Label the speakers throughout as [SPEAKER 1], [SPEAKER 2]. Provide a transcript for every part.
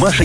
[SPEAKER 1] Маша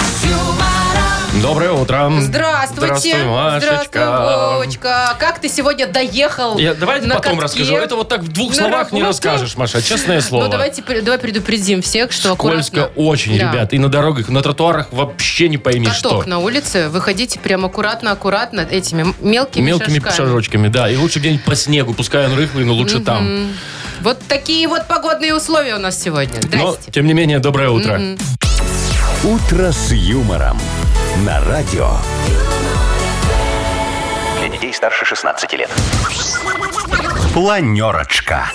[SPEAKER 2] Доброе утро.
[SPEAKER 3] Здравствуйте.
[SPEAKER 2] Здравствуй, Машечка.
[SPEAKER 3] Здравствуй, Вовочка. Как ты сегодня доехал
[SPEAKER 2] Я, давай
[SPEAKER 3] на
[SPEAKER 2] потом
[SPEAKER 3] катке?
[SPEAKER 2] расскажу. Это вот так в двух
[SPEAKER 3] На
[SPEAKER 2] словах не
[SPEAKER 3] работу?
[SPEAKER 2] расскажешь, Маша, честное слово.
[SPEAKER 3] Ну, давайте, пр- давай предупредим всех, что
[SPEAKER 2] Скользко
[SPEAKER 3] аккуратно.
[SPEAKER 2] очень,
[SPEAKER 3] Да.
[SPEAKER 2] ребят. И на дорогах, и на тротуарах вообще не пойми
[SPEAKER 3] Каток
[SPEAKER 2] что.
[SPEAKER 3] на улице, выходите прям аккуратно-аккуратно этими м- мелкими,
[SPEAKER 2] Мелкими
[SPEAKER 3] шажками.
[SPEAKER 2] шажочками, да. И лучше где-нибудь по снегу, пускай он рыхлый, но лучше там.
[SPEAKER 3] Вот такие вот погодные условия у нас сегодня.
[SPEAKER 2] Но,
[SPEAKER 3] Здрасте.
[SPEAKER 2] тем не менее, доброе утро.
[SPEAKER 1] «Утро с юмором» на радио.
[SPEAKER 4] Для детей старше 16 лет.
[SPEAKER 1] Планерочка.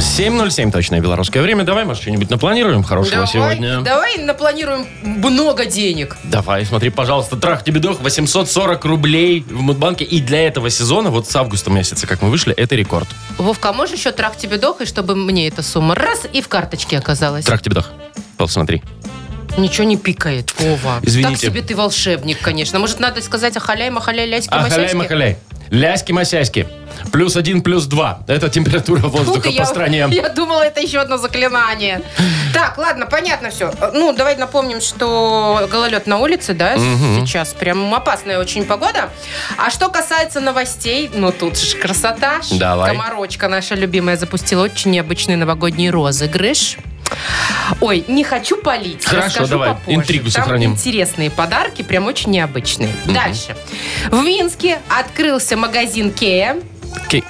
[SPEAKER 2] 7.07 точное белорусское время. Давай, Маш, что-нибудь напланируем хорошего
[SPEAKER 3] Давай,
[SPEAKER 2] сегодня.
[SPEAKER 3] давай напланируем много денег.
[SPEAKER 2] Давай, смотри, пожалуйста, трах тебе дох, 840 рублей в Мудбанке. И для этого сезона, вот с августа месяца, как мы вышли, это рекорд.
[SPEAKER 3] Вовка, а можешь еще трах тебе дох, и чтобы мне эта сумма раз и в карточке оказалась?
[SPEAKER 2] Трах тебе дох. Посмотри.
[SPEAKER 3] Ничего не пикает, Вова.
[SPEAKER 2] Извините.
[SPEAKER 3] Так себе ты волшебник, конечно. Может, надо сказать ахаляй, махаляй, ляськи,
[SPEAKER 2] Ахаляй,
[SPEAKER 3] масяськи?
[SPEAKER 2] махаляй. Ляськи-масяськи. Плюс один, плюс два. Это температура
[SPEAKER 3] Фу
[SPEAKER 2] воздуха
[SPEAKER 3] ты,
[SPEAKER 2] по
[SPEAKER 3] я,
[SPEAKER 2] стране.
[SPEAKER 3] Я думала, это еще одно заклинание. Так, ладно, понятно все. Ну, давай напомним, что гололед на улице, да, сейчас прям опасная очень погода. А что касается новостей, ну тут же красота. ж.
[SPEAKER 2] Давай.
[SPEAKER 3] Комарочка наша любимая запустила очень необычный новогодний розыгрыш. Ой, не хочу палить.
[SPEAKER 2] Хорошо,
[SPEAKER 3] расскажу
[SPEAKER 2] давай,
[SPEAKER 3] попозже.
[SPEAKER 2] интригу
[SPEAKER 3] Там
[SPEAKER 2] сохраним.
[SPEAKER 3] интересные подарки, прям очень необычные. Дальше. В Минске открылся магазин Кея.
[SPEAKER 2] Ки-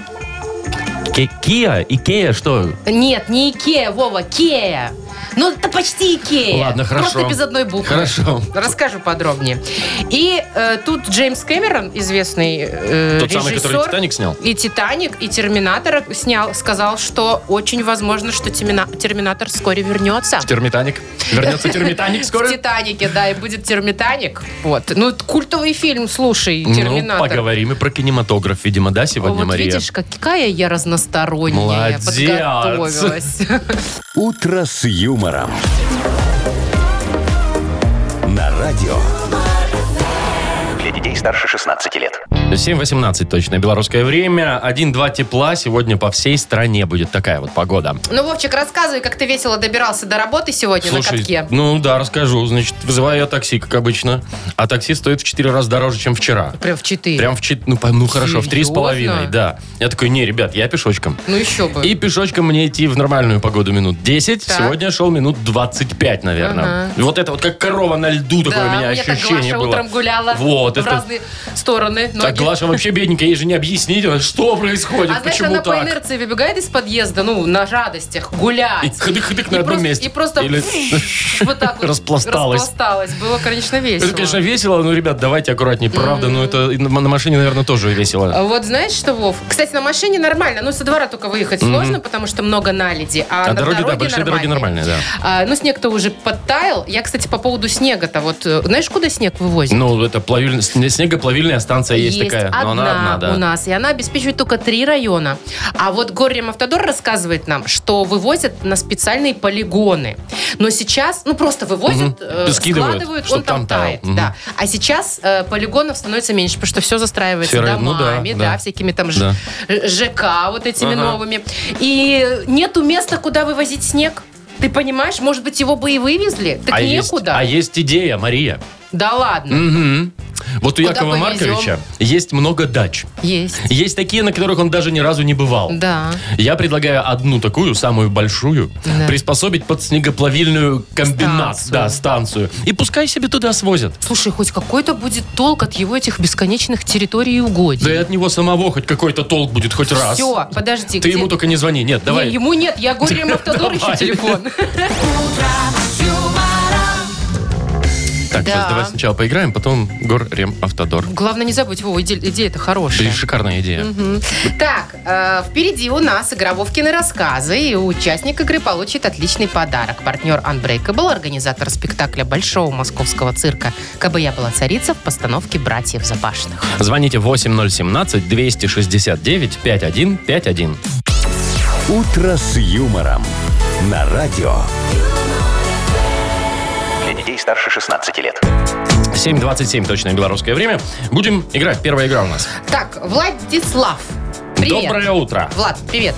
[SPEAKER 2] Ки- Киа? Икея? Что?
[SPEAKER 3] Нет, не Икея, Вова, Кея. Ну, это почти Икея.
[SPEAKER 2] Ладно, хорошо.
[SPEAKER 3] Просто без одной буквы.
[SPEAKER 2] Хорошо.
[SPEAKER 3] Расскажу подробнее. И э, тут Джеймс Кэмерон, известный э,
[SPEAKER 2] Тот самый,
[SPEAKER 3] режиссер,
[SPEAKER 2] который «Титаник» снял?
[SPEAKER 3] И «Титаник», и «Терминатора» снял, сказал, что очень возможно, что «Тимина- «Терминатор» вскоре вернется.
[SPEAKER 2] Термитаник. Вернется термитаник
[SPEAKER 3] В
[SPEAKER 2] скоро?
[SPEAKER 3] «Титанике», да, и будет «Термитаник». Вот. Ну, это культовый фильм, слушай,
[SPEAKER 2] Ну,
[SPEAKER 3] «Терминатор».
[SPEAKER 2] поговорим и про кинематограф, видимо, да, сегодня,
[SPEAKER 3] вот
[SPEAKER 2] Мария?
[SPEAKER 3] видишь, какая я разносторонняя,
[SPEAKER 2] Молодец.
[SPEAKER 3] подготовилась.
[SPEAKER 1] «Утро с юмором». На радио.
[SPEAKER 4] Для детей старше 16 лет.
[SPEAKER 2] 7.18 точно, белорусское время. 1-2 тепла сегодня по всей стране будет такая вот погода.
[SPEAKER 3] Ну, Вовчик, рассказывай, как ты весело добирался до работы сегодня на катке.
[SPEAKER 2] ну да, расскажу. Значит, вызываю я такси, как обычно. А такси стоит в 4 раза дороже, чем вчера.
[SPEAKER 3] Прям в 4.
[SPEAKER 2] Прям в 4, ну, по- ну хорошо, в три с
[SPEAKER 3] Серьезно?
[SPEAKER 2] половиной, да. Я такой, не, ребят, я пешочком.
[SPEAKER 3] Ну еще бы.
[SPEAKER 2] И пешочком мне идти в нормальную погоду минут 10.
[SPEAKER 3] Так.
[SPEAKER 2] Сегодня шел минут 25, наверное.
[SPEAKER 3] Ага.
[SPEAKER 2] И вот это вот как корова на льду, такое у меня
[SPEAKER 3] у меня так
[SPEAKER 2] ощущение
[SPEAKER 3] Глаша
[SPEAKER 2] было.
[SPEAKER 3] утром гуляла
[SPEAKER 2] Вот,
[SPEAKER 3] в
[SPEAKER 2] это...
[SPEAKER 3] разные стороны.
[SPEAKER 2] Так
[SPEAKER 3] ноги.
[SPEAKER 2] Глаша вообще бедненькая, ей же не объяснить, она, что происходит,
[SPEAKER 3] А знаешь,
[SPEAKER 2] почему
[SPEAKER 3] она по
[SPEAKER 2] так.
[SPEAKER 3] инерции выбегает из подъезда, ну, на радостях,
[SPEAKER 2] И
[SPEAKER 3] гулять.
[SPEAKER 2] хыдык-хыдык на
[SPEAKER 3] И
[SPEAKER 2] одном
[SPEAKER 3] просто-
[SPEAKER 2] месте.
[SPEAKER 3] И просто
[SPEAKER 2] Или-
[SPEAKER 3] вот так вот
[SPEAKER 2] Распласталась.
[SPEAKER 3] распласталась. Было, конечно, весело.
[SPEAKER 2] Это, конечно, весело, но, ребят, давайте аккуратнее, правда, но это и на на машине, наверное, тоже весело.
[SPEAKER 3] А Вот знаешь что, Вов? Кстати, на машине нормально. Ну, со двора только выехать сложно, потому что много наледи. А,
[SPEAKER 2] А
[SPEAKER 3] на
[SPEAKER 2] дороги, да,
[SPEAKER 3] дороге
[SPEAKER 2] большие дороги нормальные, да.
[SPEAKER 3] А, ну, снег-то уже подтаял. Я, кстати, по поводу снега-то вот... э, Знаешь, куда снег вывозят?
[SPEAKER 2] Ну, это плавильная, сне- снегоплавильная станция есть, такая,
[SPEAKER 3] одна
[SPEAKER 2] но она одна, да.
[SPEAKER 3] у нас, и она обеспечивает только три района. А вот Горремавтодор рассказывает нам, что вывозят на специальные полигоны. Но сейчас, ну просто вывозят,
[SPEAKER 2] Мгм.
[SPEAKER 3] э,
[SPEAKER 2] Скидывают,
[SPEAKER 3] складывают,
[SPEAKER 2] чтоб
[SPEAKER 3] он
[SPEAKER 2] там
[SPEAKER 3] там
[SPEAKER 2] таял.
[SPEAKER 3] тает. Да. А сейчас э, полигонов становится меньше, потому что все застраивается
[SPEAKER 2] Сферой, ну да,
[SPEAKER 3] домами,
[SPEAKER 2] да.
[SPEAKER 3] да, всякими там ж- ЖК вот этими
[SPEAKER 2] Ага.
[SPEAKER 3] новыми. И нету места, куда вывозить снег. Ты понимаешь, может быть, его бы и вывезли? Так
[SPEAKER 2] а
[SPEAKER 3] некуда.
[SPEAKER 2] Есть, а есть идея, Мария.
[SPEAKER 3] Да ладно,
[SPEAKER 2] Мгм. Вот у
[SPEAKER 3] Куда
[SPEAKER 2] Якова
[SPEAKER 3] повезем?
[SPEAKER 2] Марковича есть много дач.
[SPEAKER 3] есть.
[SPEAKER 2] Есть такие, на которых он даже ни разу не бывал.
[SPEAKER 3] Да.
[SPEAKER 2] Я предлагаю одну такую, самую большую,
[SPEAKER 3] Да.
[SPEAKER 2] приспособить под снегоплавильную комбинат,
[SPEAKER 3] Станцию.
[SPEAKER 2] да, станцию. И пускай себе туда свозят.
[SPEAKER 3] Слушай, хоть какой-то будет толк от его этих бесконечных территорий и угодий.
[SPEAKER 2] Да и от него самого хоть какой-то толк будет хоть раз.
[SPEAKER 3] Все, подожди.
[SPEAKER 2] Ты
[SPEAKER 3] где-
[SPEAKER 2] ему только не звони. Нет, давай.
[SPEAKER 3] Не, ему нет, я Горе Автодор ищу
[SPEAKER 2] Давай.
[SPEAKER 3] телефон.
[SPEAKER 2] Так,
[SPEAKER 3] Да.
[SPEAKER 2] сейчас давай сначала поиграем, потом Гор Рем Автодор.
[SPEAKER 3] Главное, не забудь, Вова, иде- идея-то
[SPEAKER 2] Да и
[SPEAKER 3] хорошая.
[SPEAKER 2] шикарная идея.
[SPEAKER 3] Так, э, впереди у нас игра Вовкины рассказы, и участник игры получит отличный подарок. Партнер Unbreakable, организатор спектакля Большого московского цирка «Кабы я была царица» в постановке «Братьев Запашных».
[SPEAKER 2] Звоните 8017-269-5151.
[SPEAKER 1] «Утро с юмором» на радио.
[SPEAKER 4] Для детей старше 16 лет.
[SPEAKER 2] 7.27 точное белорусское время. Будем играть. Первая игра у нас.
[SPEAKER 3] Так, Владислав. Привет.
[SPEAKER 2] Доброе утро.
[SPEAKER 3] Влад, привет.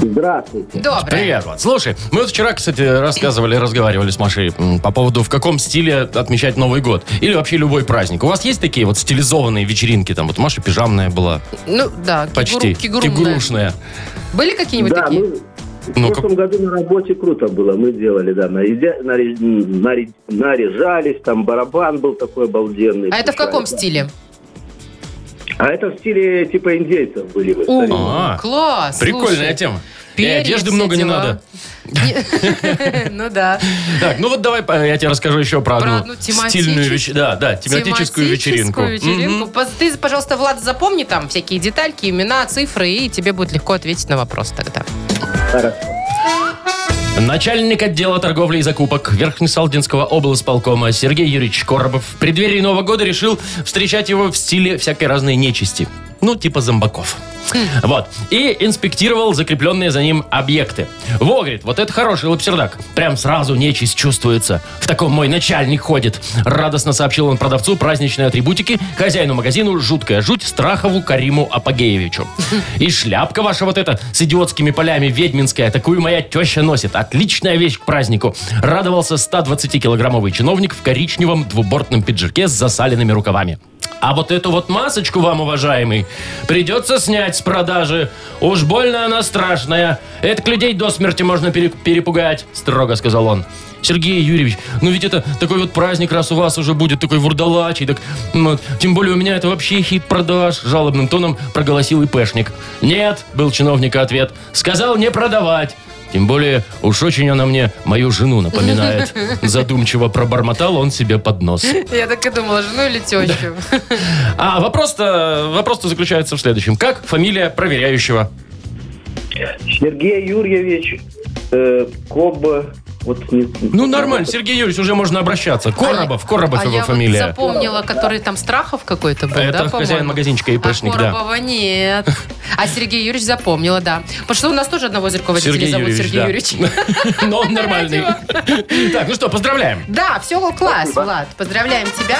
[SPEAKER 5] Здравствуйте.
[SPEAKER 3] Доброе.
[SPEAKER 2] Привет, Влад. Слушай, мы вот вчера, кстати, рассказывали, разговаривали с Машей м, по поводу, в каком стиле отмечать Новый год. Или вообще любой праздник. У вас есть такие вот стилизованные вечеринки? Там вот Маша пижамная была,
[SPEAKER 3] Ну, да, кигуру-
[SPEAKER 2] почти.
[SPEAKER 3] кигурумная.
[SPEAKER 2] Кигурушная.
[SPEAKER 3] Были какие-нибудь
[SPEAKER 5] да,
[SPEAKER 3] такие?
[SPEAKER 5] мы...
[SPEAKER 2] Ну,
[SPEAKER 5] в прошлом году на работе круто было, мы делали, да, нарезя- наре- наре- наряжались, там барабан был такой обалденный.
[SPEAKER 3] А это в каком стиле?
[SPEAKER 5] А это в стиле типа индейцев были. вы,
[SPEAKER 3] О,
[SPEAKER 5] смотрите.
[SPEAKER 2] А,
[SPEAKER 3] класс.
[SPEAKER 2] Прикольная
[SPEAKER 3] слушай.
[SPEAKER 2] тема. И
[SPEAKER 3] Перья,
[SPEAKER 2] одежды
[SPEAKER 3] все
[SPEAKER 2] много не
[SPEAKER 3] дела.
[SPEAKER 2] надо.
[SPEAKER 3] Не- Ну да.
[SPEAKER 2] Так, ну вот давай э, я тебе расскажу еще про,
[SPEAKER 3] Про
[SPEAKER 2] одну
[SPEAKER 3] одну тематическую-
[SPEAKER 2] стильную вечеринку. Да, да, тематическую вечеринку.
[SPEAKER 3] вечеринку.
[SPEAKER 2] Мгм.
[SPEAKER 3] Пос- Ты, пожалуйста, Влад, запомни там всякие детальки, имена, цифры, и тебе будет легко ответить на вопрос тогда.
[SPEAKER 5] Хорошо.
[SPEAKER 2] Начальник отдела торговли и закупок Верхнесалдинского облсполкома Сергей Юрьевич Коробов в преддверии Нового года решил встречать его в стиле всякой разной нечисти. Ну, типа зомбаков. Вот. И инспектировал закрепленные за ним объекты. Во, говорит, вот это хороший лапсердак. Прям сразу нечисть чувствуется. В таком мой начальник ходит. Радостно сообщил он продавцу праздничные атрибутики, хозяину магазину жуткая жуть Страхову Кариму Апогеевичу. И шляпка ваша вот эта с идиотскими полями ведьминская, такую моя теща носит. Отличная вещь к празднику. Радовался 120-килограммовый чиновник в коричневом двубортном пиджаке с засаленными рукавами. А вот эту вот масочку вам, уважаемый, придется снять с продажи. Уж больно она страшная. Это людей до смерти можно пере- перепугать, строго сказал он. Сергей Юрьевич, ну ведь это такой вот праздник, раз у вас уже будет такой вурдалачий, так, ну, вот, тем более у меня это вообще хит продаж, жалобным тоном проголосил ИПшник. Нет, был чиновника ответ, сказал не продавать. Тем более, уж очень она мне мою жену напоминает. Задумчиво пробормотал он себе под нос.
[SPEAKER 3] Я так и думала, жену или тещу.
[SPEAKER 2] А вопрос-то вопрос заключается в следующем. Как фамилия проверяющего?
[SPEAKER 5] Сергей Юрьевич э, Коба. Вот не-
[SPEAKER 2] Ну, нормально, Сергей Юрьевич, уже можно обращаться. Коробов, Коробов
[SPEAKER 3] А
[SPEAKER 2] его
[SPEAKER 3] я вот
[SPEAKER 2] фамилия.
[SPEAKER 3] запомнила, который там Страхов какой-то был, да,
[SPEAKER 2] Это хозяин
[SPEAKER 3] по-моему?
[SPEAKER 2] магазинчика ИПшник,
[SPEAKER 3] а
[SPEAKER 2] да.
[SPEAKER 3] Коробова нет. А Сергей Юрьевич запомнила, да. Потому что у нас тоже одного из руководителей зовут Сергей Юрьевич.
[SPEAKER 2] да. Но он нормальный. Так, ну что, поздравляем.
[SPEAKER 3] Да, все класс, Влад. Поздравляем тебя.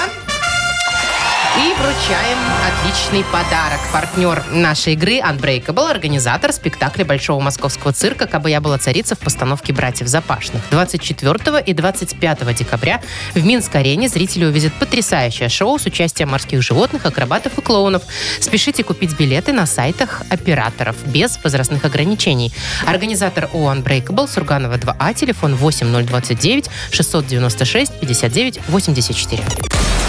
[SPEAKER 3] И вручаем отличный подарок. Партнер нашей игры Unbreakable, организатор спектакля Большого московского цирка «Кабы я была царица» в постановке «Братьев Запашных». 24 и 25 декабря в Минск-арене зрители увидят потрясающее шоу с участием морских животных, акробатов и клоунов. Спешите купить билеты на сайтах операторов без возрастных ограничений. Организатор ООО Unbreakable, Сурганова 2А, телефон 8029 696 59 84.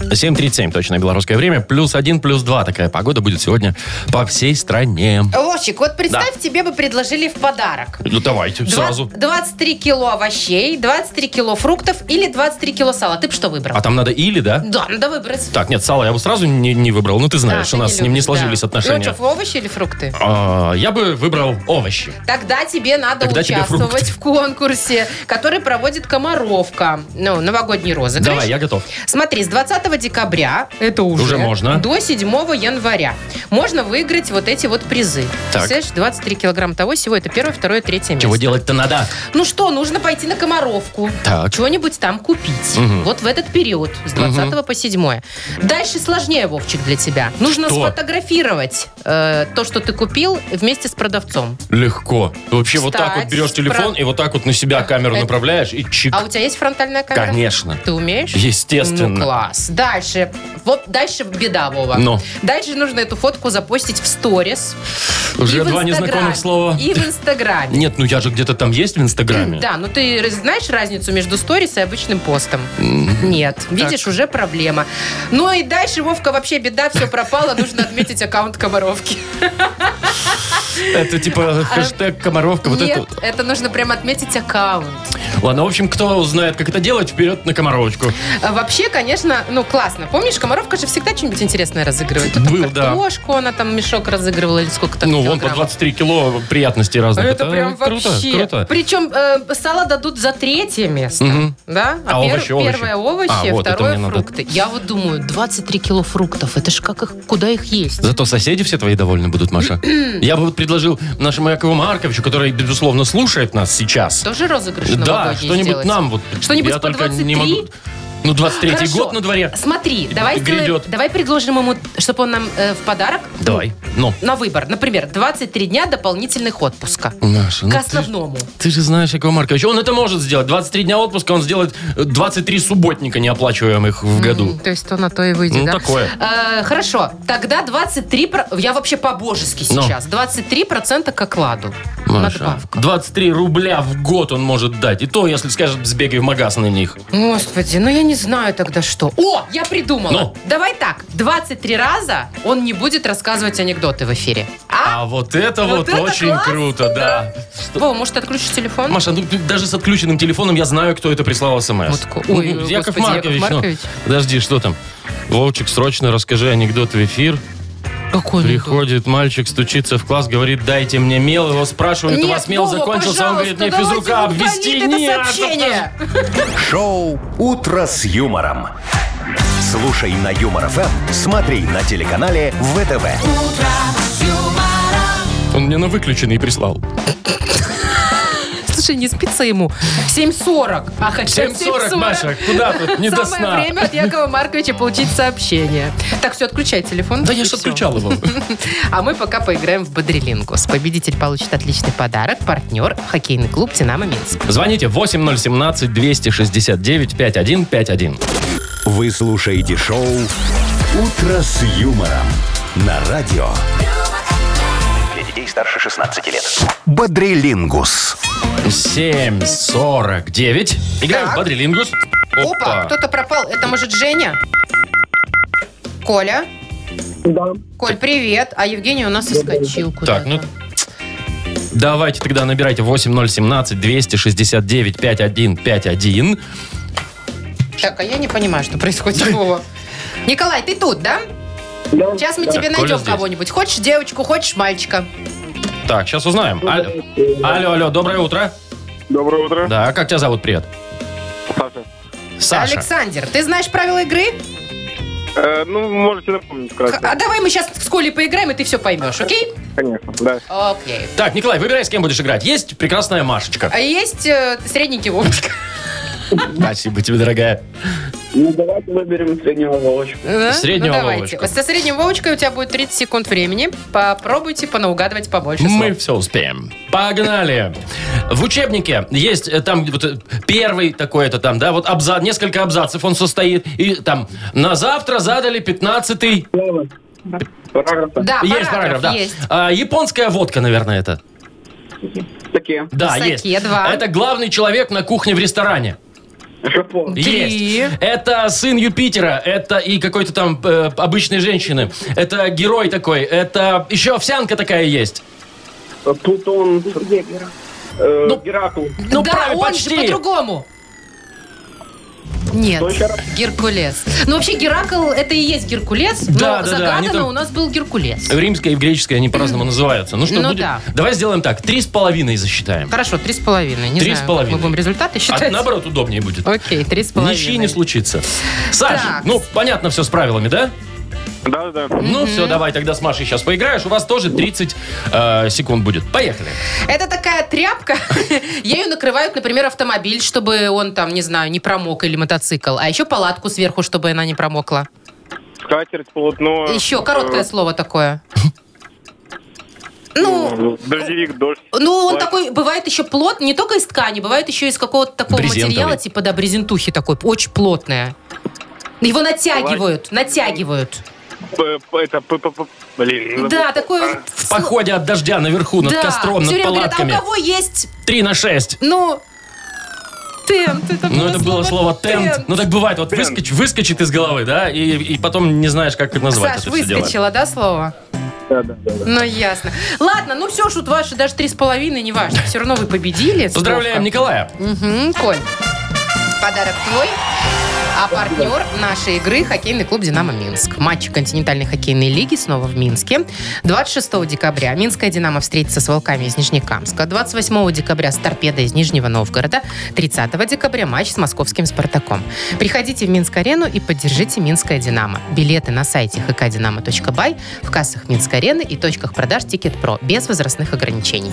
[SPEAKER 2] 7.37, точное белорусское время. Плюс один, плюс два. Такая погода будет сегодня по всей стране.
[SPEAKER 3] Вовчик, вот представь,
[SPEAKER 2] Да.
[SPEAKER 3] тебе бы предложили в подарок.
[SPEAKER 2] Ну, давайте, сразу.
[SPEAKER 3] 20 23 кило овощей, 23 кило фруктов или 23 кило сала. Ты бы что выбрал?
[SPEAKER 2] А там надо или, да?
[SPEAKER 3] Да, надо выбрать.
[SPEAKER 2] Так, нет, сало я бы сразу не, не выбрал. Ну, ты
[SPEAKER 3] А,
[SPEAKER 2] знаешь,
[SPEAKER 3] ты
[SPEAKER 2] у нас с ним не
[SPEAKER 3] любишь,
[SPEAKER 2] сложились
[SPEAKER 3] да.
[SPEAKER 2] отношения.
[SPEAKER 3] Ну что, овощи или фрукты?
[SPEAKER 2] А, я бы выбрал овощи.
[SPEAKER 3] Тогда тебе надо
[SPEAKER 2] Тогда тебе
[SPEAKER 3] участвовать
[SPEAKER 2] фрукты.
[SPEAKER 3] в конкурсе, который проводит Комаровка. Ну, новогодний розыгрыш.
[SPEAKER 2] Давай, я готов.
[SPEAKER 3] Смотри, с 20 декабря, это уже,
[SPEAKER 2] Уже можно.
[SPEAKER 3] до 7 января, можно выиграть вот эти вот призы.
[SPEAKER 2] Так.
[SPEAKER 3] Представляешь, 23 килограмма того всего, это первое, второе, третье место.
[SPEAKER 2] Чего делать-то надо?
[SPEAKER 3] Ну что, нужно пойти на Комаровку.
[SPEAKER 2] Так.
[SPEAKER 3] Чего-нибудь там купить.
[SPEAKER 2] Мгм.
[SPEAKER 3] Вот в этот период, с 20 по 7. Дальше сложнее, Вовчик, для тебя. Нужно
[SPEAKER 2] Что?
[SPEAKER 3] сфотографировать э, то, что ты купил, вместе с продавцом.
[SPEAKER 2] Легко. Вообще вот так
[SPEAKER 3] Кстати,
[SPEAKER 2] вот берешь телефон
[SPEAKER 3] про-
[SPEAKER 2] и вот так вот на себя камеру
[SPEAKER 3] Это-
[SPEAKER 2] направляешь и чик.
[SPEAKER 3] А у тебя есть фронтальная камера?
[SPEAKER 2] Конечно.
[SPEAKER 3] Ты умеешь? Ну,
[SPEAKER 2] Естественно.
[SPEAKER 3] класс. Дальше. Вот дальше беда, Вова.
[SPEAKER 2] Ну.
[SPEAKER 3] Дальше нужно эту фотку запостить в сторис. и
[SPEAKER 2] Уже
[SPEAKER 3] в
[SPEAKER 2] два
[SPEAKER 3] Инстаграм,
[SPEAKER 2] незнакомых слова.
[SPEAKER 3] И в Инстаграме.
[SPEAKER 2] Нет, ну я же где-то там есть в Инстаграме.
[SPEAKER 3] Да, ну ты раз- знаешь разницу между сторис и обычным постом? Нет. Видишь, уже проблема. Ну и дальше, Вовка, вообще беда, все пропало, нужно отметить аккаунт Комаровки.
[SPEAKER 2] Это типа хэштег комаровка. Вот это.
[SPEAKER 3] А, Нет,
[SPEAKER 2] вот.
[SPEAKER 3] это нужно прям отметить аккаунт.
[SPEAKER 2] Ладно, в общем, кто знает, как это делать, вперед на комаровочку.
[SPEAKER 3] А Вообще, конечно, ну классно. Помнишь, Комаровка же всегда что-нибудь интересное разыгрывает. Вот там
[SPEAKER 2] Был, да.
[SPEAKER 3] картошку она там мешок разыгрывала или сколько там
[SPEAKER 2] Ну, вон по
[SPEAKER 3] килограммов.
[SPEAKER 2] 23 кило приятностей разных.
[SPEAKER 3] Ну,
[SPEAKER 2] Э,
[SPEAKER 3] Это прям
[SPEAKER 2] круто,
[SPEAKER 3] вообще.
[SPEAKER 2] круто.
[SPEAKER 3] Причем э, сало дадут за третье место.
[SPEAKER 2] Мгм.
[SPEAKER 3] Да?
[SPEAKER 2] А овощи, овощи?
[SPEAKER 3] Первое овощи,
[SPEAKER 2] А, вот, это
[SPEAKER 3] второе
[SPEAKER 2] мне надо.
[SPEAKER 3] фрукты. Я вот думаю, 23 кило фруктов. Это ж как их, куда их есть?
[SPEAKER 2] Зато соседи все твои довольны будут, Маша. Я бы вот предложил нашему Якову Марковичу, который, безусловно, слушает нас сейчас.
[SPEAKER 3] Тоже розыгрыш
[SPEAKER 2] Да,
[SPEAKER 3] новогодний
[SPEAKER 2] что-нибудь
[SPEAKER 3] сделать?
[SPEAKER 2] нам вот.
[SPEAKER 3] Что-нибудь
[SPEAKER 2] я
[SPEAKER 3] по
[SPEAKER 2] только
[SPEAKER 3] 23?
[SPEAKER 2] не могу. Ну, 23-й
[SPEAKER 3] Хорошо.
[SPEAKER 2] год на дворе.
[SPEAKER 3] Смотри, давай,
[SPEAKER 2] Грядет.
[SPEAKER 3] сделаем- давай предложим ему, чтобы он нам э, в подарок
[SPEAKER 2] Давай. Ну.
[SPEAKER 3] на выбор, например, 23 дня дополнительных отпуска.
[SPEAKER 2] Маша, ну
[SPEAKER 3] К
[SPEAKER 2] ты-
[SPEAKER 3] основному.
[SPEAKER 2] Ты же знаешь, Яков Маркович, он это может сделать. 23 дня отпуска он сделает э, 23 субботника неоплачиваемых в году.
[SPEAKER 3] М, То есть то на то и выйдет,
[SPEAKER 2] Ну,
[SPEAKER 3] да?
[SPEAKER 2] такое.
[SPEAKER 3] Э, хорошо, тогда 23... про- Я вообще по-божески
[SPEAKER 2] Ну.
[SPEAKER 3] сейчас. 23% к окладу.
[SPEAKER 2] Маша,
[SPEAKER 3] Надбавка.
[SPEAKER 2] 23 рубля в год он может дать. И то, если скажет, сбегай в магаз на них.
[SPEAKER 3] Господи, ну я не знаю тогда что. О, я придумала.
[SPEAKER 2] Ну?
[SPEAKER 3] Давай так, 23 раза он не будет рассказывать анекдоты в эфире. А?
[SPEAKER 2] А вот это вот,
[SPEAKER 3] Вот это
[SPEAKER 2] очень
[SPEAKER 3] классно,
[SPEAKER 2] круто, да. Что-
[SPEAKER 3] Вова, может, ты отключишь телефон?
[SPEAKER 2] Маша, ну, ты даже с отключенным телефоном я знаю, кто это прислал смс.
[SPEAKER 3] Вот ко- ой,
[SPEAKER 2] Ну, Яков
[SPEAKER 3] господи, Яков
[SPEAKER 2] Маркович, ну,
[SPEAKER 3] Маркович.
[SPEAKER 2] подожди, что там? Вовчик, срочно расскажи анекдот в эфир.
[SPEAKER 3] Какой анекдот?
[SPEAKER 2] Приходит мальчик, стучится в класс, говорит, дайте мне мел. Его спрашивают, у
[SPEAKER 3] Нет,
[SPEAKER 2] вас мел
[SPEAKER 3] Вова,
[SPEAKER 2] закончился. Он говорит, мне
[SPEAKER 3] пожалуйста,
[SPEAKER 2] физрука
[SPEAKER 3] давайте
[SPEAKER 2] обвести.
[SPEAKER 3] удалит это
[SPEAKER 2] Нет, а
[SPEAKER 3] сообщение.
[SPEAKER 1] Шоу «Утро с юмором». Слушай на Юмор ФМ, смотри на телеканале ВТВ.
[SPEAKER 2] Он мне на выключенный прислал.
[SPEAKER 3] Слушай, не спится ему. 7.40. А хотя
[SPEAKER 2] 7.40, Маша, куда тут? Не до
[SPEAKER 3] Самое
[SPEAKER 2] сна.
[SPEAKER 3] время от Якова Марковича получить сообщение. Так, все, отключай телефон.
[SPEAKER 2] Да я
[SPEAKER 3] и
[SPEAKER 2] же
[SPEAKER 3] всё.
[SPEAKER 2] отключал его.
[SPEAKER 3] А мы пока поиграем в Бодрилингус. Победитель получит отличный подарок. Партнер – хоккейный клуб «Динамо Минск».
[SPEAKER 2] Звоните 8017-269-5151.
[SPEAKER 1] Вы слушаете шоу «Утро с юмором» на радио
[SPEAKER 4] Для детей старше 16 лет.
[SPEAKER 1] «Бодрилингус».
[SPEAKER 2] 749. Играем в
[SPEAKER 3] Так.
[SPEAKER 2] Бодрилингус.
[SPEAKER 3] Опа, кто-то пропал. Это, может, Женя? Коля?
[SPEAKER 5] Да.
[SPEAKER 3] Коль, привет. А Евгений у нас соскочил куда-то.
[SPEAKER 2] Так, ну... Давайте тогда набирайте 8017-269-5151.
[SPEAKER 3] Так, а я не понимаю, что происходит Вова. Николай, ты тут, да?
[SPEAKER 5] Да.
[SPEAKER 3] Сейчас мы
[SPEAKER 5] Да.
[SPEAKER 3] тебе
[SPEAKER 2] Коля
[SPEAKER 3] найдем
[SPEAKER 2] здесь.
[SPEAKER 3] кого-нибудь. Хочешь девочку, хочешь мальчика.
[SPEAKER 2] Так, сейчас узнаем. Алло. Алло, алло, доброе утро.
[SPEAKER 6] Доброе утро.
[SPEAKER 2] Да, как тебя зовут? Привет.
[SPEAKER 6] Саша.
[SPEAKER 2] Саша.
[SPEAKER 3] Александр, ты знаешь правила игры?
[SPEAKER 6] Э, ну, можете напомнить вкратце.
[SPEAKER 3] А давай мы сейчас с Колей поиграем, и ты все поймешь, окей?
[SPEAKER 6] Конечно, да.
[SPEAKER 3] Окей.
[SPEAKER 2] Так, Николай, выбирай, с кем будешь играть. Есть прекрасная Машечка.
[SPEAKER 3] А есть э, средненький Вовчик?
[SPEAKER 2] Спасибо тебе, дорогая.
[SPEAKER 5] Ну, давайте выберем среднего Вовочку.
[SPEAKER 3] Да?
[SPEAKER 2] Среднего
[SPEAKER 3] ну, давайте.
[SPEAKER 2] Вовочку.
[SPEAKER 3] Со средним Вовочкой у тебя будет 30 секунд времени. Попробуйте понаугадывать побольше
[SPEAKER 2] Мы
[SPEAKER 3] слов.
[SPEAKER 2] все успеем. Погнали. В учебнике есть э, там вот, э, первый такой-то там, да, вот абзац, несколько абзацев он состоит. И там на завтра задали 15-й.
[SPEAKER 6] Параграфы.
[SPEAKER 3] Да,
[SPEAKER 2] есть параграф, да.
[SPEAKER 3] есть.
[SPEAKER 2] А, японская водка, наверное, это.
[SPEAKER 6] Такие.
[SPEAKER 2] Да,
[SPEAKER 3] Саке,
[SPEAKER 2] есть.
[SPEAKER 3] два.
[SPEAKER 2] Это главный человек на кухне в ресторане.
[SPEAKER 6] Шапо.
[SPEAKER 3] Три.
[SPEAKER 2] Есть. Это сын Юпитера, это и какой-то там э, обычной женщины. Это герой такой, это еще овсянка такая есть.
[SPEAKER 6] Плутон.
[SPEAKER 3] Ну.
[SPEAKER 6] Э,
[SPEAKER 2] Ну.
[SPEAKER 6] Геракл.
[SPEAKER 2] Ну,
[SPEAKER 3] да,
[SPEAKER 2] правильно,
[SPEAKER 3] он
[SPEAKER 2] почти.
[SPEAKER 3] же по-другому. Нет,
[SPEAKER 6] Кто еще раз?
[SPEAKER 3] Геркулес. Ну, вообще, Геракл, это и есть Геркулес,
[SPEAKER 2] Да, да,
[SPEAKER 3] но
[SPEAKER 2] да,
[SPEAKER 3] загадано
[SPEAKER 2] они там-
[SPEAKER 3] у нас был Геркулес.
[SPEAKER 2] Римская и греческая, они по-разному называются. Ну что
[SPEAKER 3] Ну
[SPEAKER 2] будет?
[SPEAKER 3] да.
[SPEAKER 2] Давай сделаем так. Три с половиной засчитаем.
[SPEAKER 3] Хорошо, три с половиной. Не
[SPEAKER 2] Три
[SPEAKER 3] знаю,
[SPEAKER 2] с половиной.
[SPEAKER 3] как Мы будем результаты считать.
[SPEAKER 2] А наоборот, удобнее будет.
[SPEAKER 3] Окей, три с половиной.
[SPEAKER 2] Ничьи не случится. Саша,
[SPEAKER 3] Так.
[SPEAKER 2] ну понятно все с правилами, да?
[SPEAKER 6] Да, да.
[SPEAKER 2] Ну все, давай тогда с Машей сейчас поиграешь. У вас тоже 30 э, секунд будет. Поехали.
[SPEAKER 3] Это такая тряпка. Ею накрывают, например, автомобиль, чтобы он там, не знаю, не промок или мотоцикл. А еще палатку сверху, чтобы она не промокла.
[SPEAKER 6] Скатерть, полотно.
[SPEAKER 3] Еще короткое
[SPEAKER 6] э,
[SPEAKER 3] слово такое. Ну,
[SPEAKER 6] Дождевик, дождь.
[SPEAKER 3] ну, он
[SPEAKER 6] плащ.
[SPEAKER 3] такой, бывает еще плот, не только из ткани, бывает еще из какого-то такого
[SPEAKER 2] Брезентовый.
[SPEAKER 3] материала, типа, да, брезентухи такой, очень плотное. Его натягивают, натягивают.
[SPEAKER 6] П- п- Это, п- п- п- блин. ну,
[SPEAKER 3] Да, такое...
[SPEAKER 2] Ну, В походе от дождя наверху, над
[SPEAKER 3] да,
[SPEAKER 2] костром, над
[SPEAKER 3] все время говорят, а у
[SPEAKER 2] палатками.
[SPEAKER 3] кого есть,
[SPEAKER 2] 3 на 6.
[SPEAKER 3] ну, тент? Это
[SPEAKER 2] Ну, это было слово «тент». Ну, так бывает, вот
[SPEAKER 6] Тент.
[SPEAKER 2] выскоч- выскочит из головы, да, и, и потом не знаешь, как назвать
[SPEAKER 3] Саш,
[SPEAKER 2] это все дело.
[SPEAKER 3] выскочила, да, слово?
[SPEAKER 6] Да, да, да, да.
[SPEAKER 3] Ну, ясно. Ладно, ну все, шут ваши, даже три с половиной, неважно. Все равно вы победили.
[SPEAKER 2] Поздравляем Николая.
[SPEAKER 3] Угу, Коль. Подарок твой. А партнер нашей игры – хоккейный клуб «Динамо Минск». Матч континентальной хоккейной лиги снова в Минске. 26 декабря «Минская Динамо» встретится с «Волками» из Нижнекамска. 28 декабря с «Торпедой» из Нижнего Новгорода. 30 декабря матч с московским «Спартаком». Приходите в Минск-арену и поддержите «Минское Динамо». Билеты на сайте hkdinamo.by, в кассах «Минск-арены» и точках продаж «Тикет.Про» без возрастных ограничений.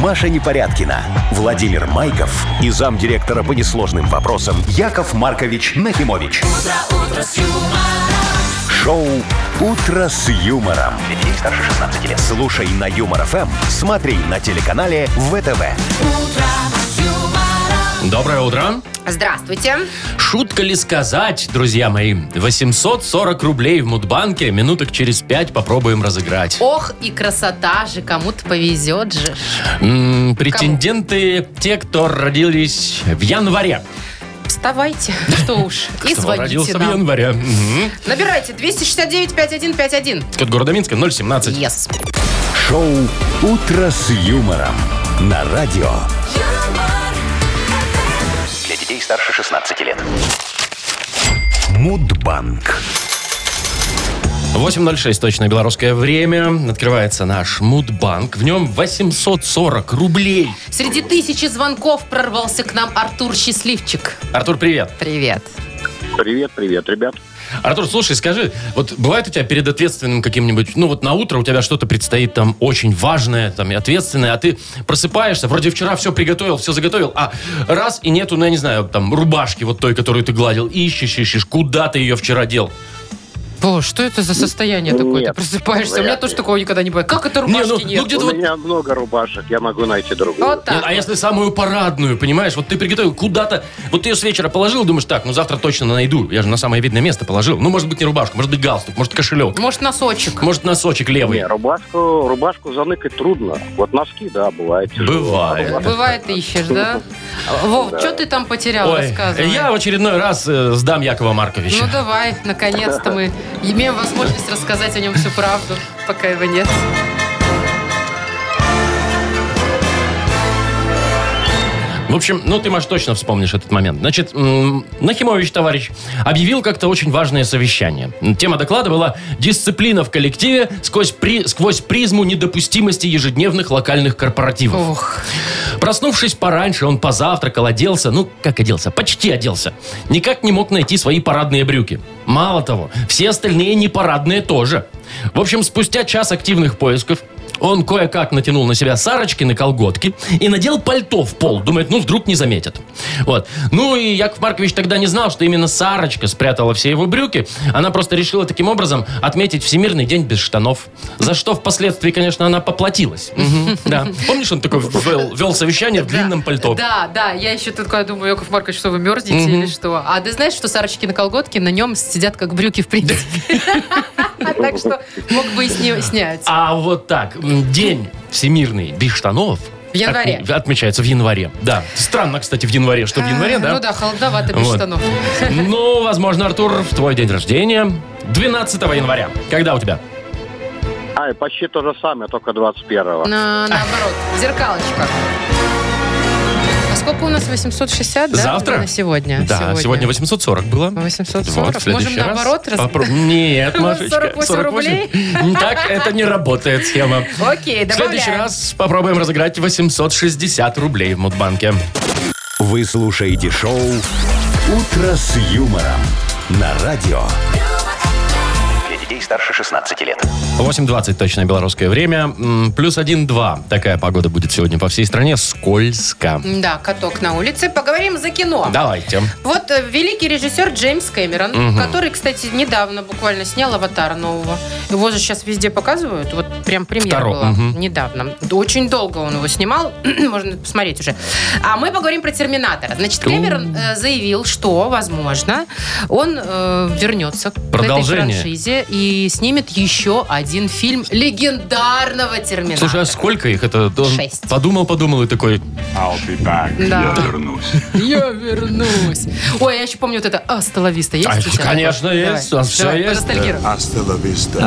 [SPEAKER 1] Маша Непорядкина, Владимир Майков и замдиректора по несложным вопросам Яков Маркович Нахимович. Шоу Утро с юмором.
[SPEAKER 4] Для детей старше 16 лет.
[SPEAKER 1] Слушай на юмор ФМ, смотри на телеканале ВТВ.
[SPEAKER 2] Доброе утро.
[SPEAKER 3] Здравствуйте.
[SPEAKER 2] Шутка ли сказать, друзья мои? 840 рублей в Мудбанке. Минуток через 5 попробуем разыграть.
[SPEAKER 3] Ох, и красота же, кому-то повезет же.
[SPEAKER 2] М, претенденты те, кто родились в январе.
[SPEAKER 3] Вставайте, что уж, и
[SPEAKER 2] Кто
[SPEAKER 3] звоните
[SPEAKER 2] родился в
[SPEAKER 3] нам.
[SPEAKER 2] январе. Мгм.
[SPEAKER 3] Набирайте 269-5151.
[SPEAKER 2] Код города Минска 017.
[SPEAKER 3] Yes.
[SPEAKER 1] Шоу Утро с юмором на радио.
[SPEAKER 4] Для детей старше 16 лет.
[SPEAKER 1] Мудбанк.
[SPEAKER 2] 8.06 точно белорусское время. Открывается наш Мудбанк. В нем 840 рублей.
[SPEAKER 3] Среди тысячи звонков прорвался к нам Артур Счастливчик.
[SPEAKER 2] Артур, привет.
[SPEAKER 3] Привет.
[SPEAKER 6] Привет, привет, ребят.
[SPEAKER 2] Артур, слушай, скажи, вот бывает у тебя перед ответственным каким-нибудь, ну вот на утро у тебя что-то предстоит там очень важное, там и ответственное, а ты просыпаешься, вроде вчера все приготовил, все заготовил, а раз и нету, ну я не знаю, там рубашки вот той, которую ты гладил, ищешь, ищешь, куда ты ее вчера дел?
[SPEAKER 3] Бо, что это за состояние такое? Ты
[SPEAKER 6] Нет,
[SPEAKER 3] просыпаешься, у меня
[SPEAKER 6] вряд
[SPEAKER 3] тоже такого никогда не бывает. Как это рубашки
[SPEAKER 2] Не, ну,
[SPEAKER 3] нет?
[SPEAKER 2] ну где-то
[SPEAKER 6] У
[SPEAKER 2] вот...
[SPEAKER 6] меня много рубашек, я могу найти другую.
[SPEAKER 3] Вот
[SPEAKER 2] Нет,
[SPEAKER 3] так.
[SPEAKER 2] а если самую парадную, понимаешь, вот ты приготовил куда-то, вот ты ее с вечера положил, думаешь, так, ну завтра точно найду, я же на самое видное место положил, ну может быть не рубашку, может быть галстук, может кошелек,
[SPEAKER 3] Может, носочек?
[SPEAKER 2] может носочек левый.
[SPEAKER 6] Не, рубашку, рубашку заныкать трудно. Вот носки, да, бывает. тяжело.
[SPEAKER 2] Бывает.
[SPEAKER 6] А рубашка-
[SPEAKER 3] Бывает, ищешь, да? Вов, что ты там потерял,
[SPEAKER 2] Ой,
[SPEAKER 3] рассказывай.
[SPEAKER 2] я в очередной раз э, сдам Якова Марковича.
[SPEAKER 3] Ну давай, наконец-то мы имеем возможность рассказать о нем всю правду, пока его нет.
[SPEAKER 2] В общем, ну ты, Маш, точно вспомнишь этот момент. Значит, м, Нахимович, товарищ, объявил как-то очень важное совещание. Тема доклада была «Дисциплина в коллективе сквозь, при- сквозь призму недопустимости ежедневных локальных корпоративов».
[SPEAKER 3] Ох,
[SPEAKER 2] Проснувшись пораньше, он позавтракал, оделся, ну, как оделся, почти оделся. Никак не мог найти свои парадные брюки. Мало того, все остальные непарадные тоже. В общем, спустя час активных поисков он кое-как натянул на себя сарочки на колготки и надел пальто в пол. Думает, ну, вдруг не заметят. Вот. Ну, и Яков Маркович тогда не знал, что именно Сарочка спрятала все его брюки. Она просто решила таким образом отметить Всемирный день без штанов. За что впоследствии, конечно, она поплатилась. Мгм, Да. Помнишь, он такой вел, вел совещание в длинном пальто?
[SPEAKER 3] Да, да, я еще такая думаю, Яков Маркович, что вы мерзнете
[SPEAKER 2] Мгм.
[SPEAKER 3] или что? А ты знаешь, что Сарочки на колготке на нем сидят как брюки в принципе. Так что мог бы и с ним снять.
[SPEAKER 2] А вот так. м, День всемирный без штанов.
[SPEAKER 3] В январе.
[SPEAKER 2] отме- отмечается в январе. Да. Странно, кстати, в январе, что в январе, да?
[SPEAKER 3] Ну да, холодновато без
[SPEAKER 2] Вот.
[SPEAKER 3] штанов.
[SPEAKER 2] Ну, возможно, Артур, в твой день рождения 12 января. Когда у тебя?
[SPEAKER 6] А, и почти то же самое, только 21-го.
[SPEAKER 3] На- Наоборот, зеркалочка. А сколько у нас? 860, да?
[SPEAKER 2] Завтра?
[SPEAKER 3] На сегодня.
[SPEAKER 2] Да, сегодня, 840 было. Вот,
[SPEAKER 3] 840.
[SPEAKER 2] в следующий
[SPEAKER 3] Можем
[SPEAKER 2] раз
[SPEAKER 3] наоборот раз...
[SPEAKER 2] попро- Нет, Машечка.
[SPEAKER 3] 48 рублей?
[SPEAKER 2] Так это не работает схема.
[SPEAKER 3] Окей,
[SPEAKER 2] В следующий
[SPEAKER 3] добавляем.
[SPEAKER 2] раз попробуем разыграть 860 рублей в Мудбанке.
[SPEAKER 1] Вы слушаете шоу Утро с юмором на радио.
[SPEAKER 4] Для детей старше 16 лет.
[SPEAKER 2] 8.20 точное белорусское время. М, Плюс 1.2. Такая погода будет сегодня по всей стране. Скользко.
[SPEAKER 3] Да, каток на улице. Поговорим за кино.
[SPEAKER 2] Давайте.
[SPEAKER 3] Вот э, великий режиссер Джеймс Кэмерон,
[SPEAKER 2] Мгм.
[SPEAKER 3] который, кстати, недавно буквально снял «Аватара» нового. Его же сейчас везде показывают. Вот прям премьера
[SPEAKER 2] Второго,
[SPEAKER 3] была
[SPEAKER 2] мгм.
[SPEAKER 3] недавно. Да Очень долго он его снимал. Можно посмотреть уже. А мы поговорим про «Терминатора». Значит, Кэмерон э, заявил, что, возможно, он э, вернется
[SPEAKER 2] Продолжение.
[SPEAKER 3] к этой франшизе и снимет еще один фильм легендарного «Терминатора».
[SPEAKER 2] Слушай, а сколько их это? Он
[SPEAKER 3] Шесть.
[SPEAKER 2] Подумал, подумал и такой...
[SPEAKER 3] Да. Я вернусь. Я вернусь. Ой, я еще помню вот это «Асталависта». Есть
[SPEAKER 2] А,
[SPEAKER 3] у тебя?
[SPEAKER 2] конечно,
[SPEAKER 3] такое?
[SPEAKER 2] есть.
[SPEAKER 3] Давай,
[SPEAKER 2] А, всё
[SPEAKER 3] давай,
[SPEAKER 2] есть, А.
[SPEAKER 3] поностальгируй.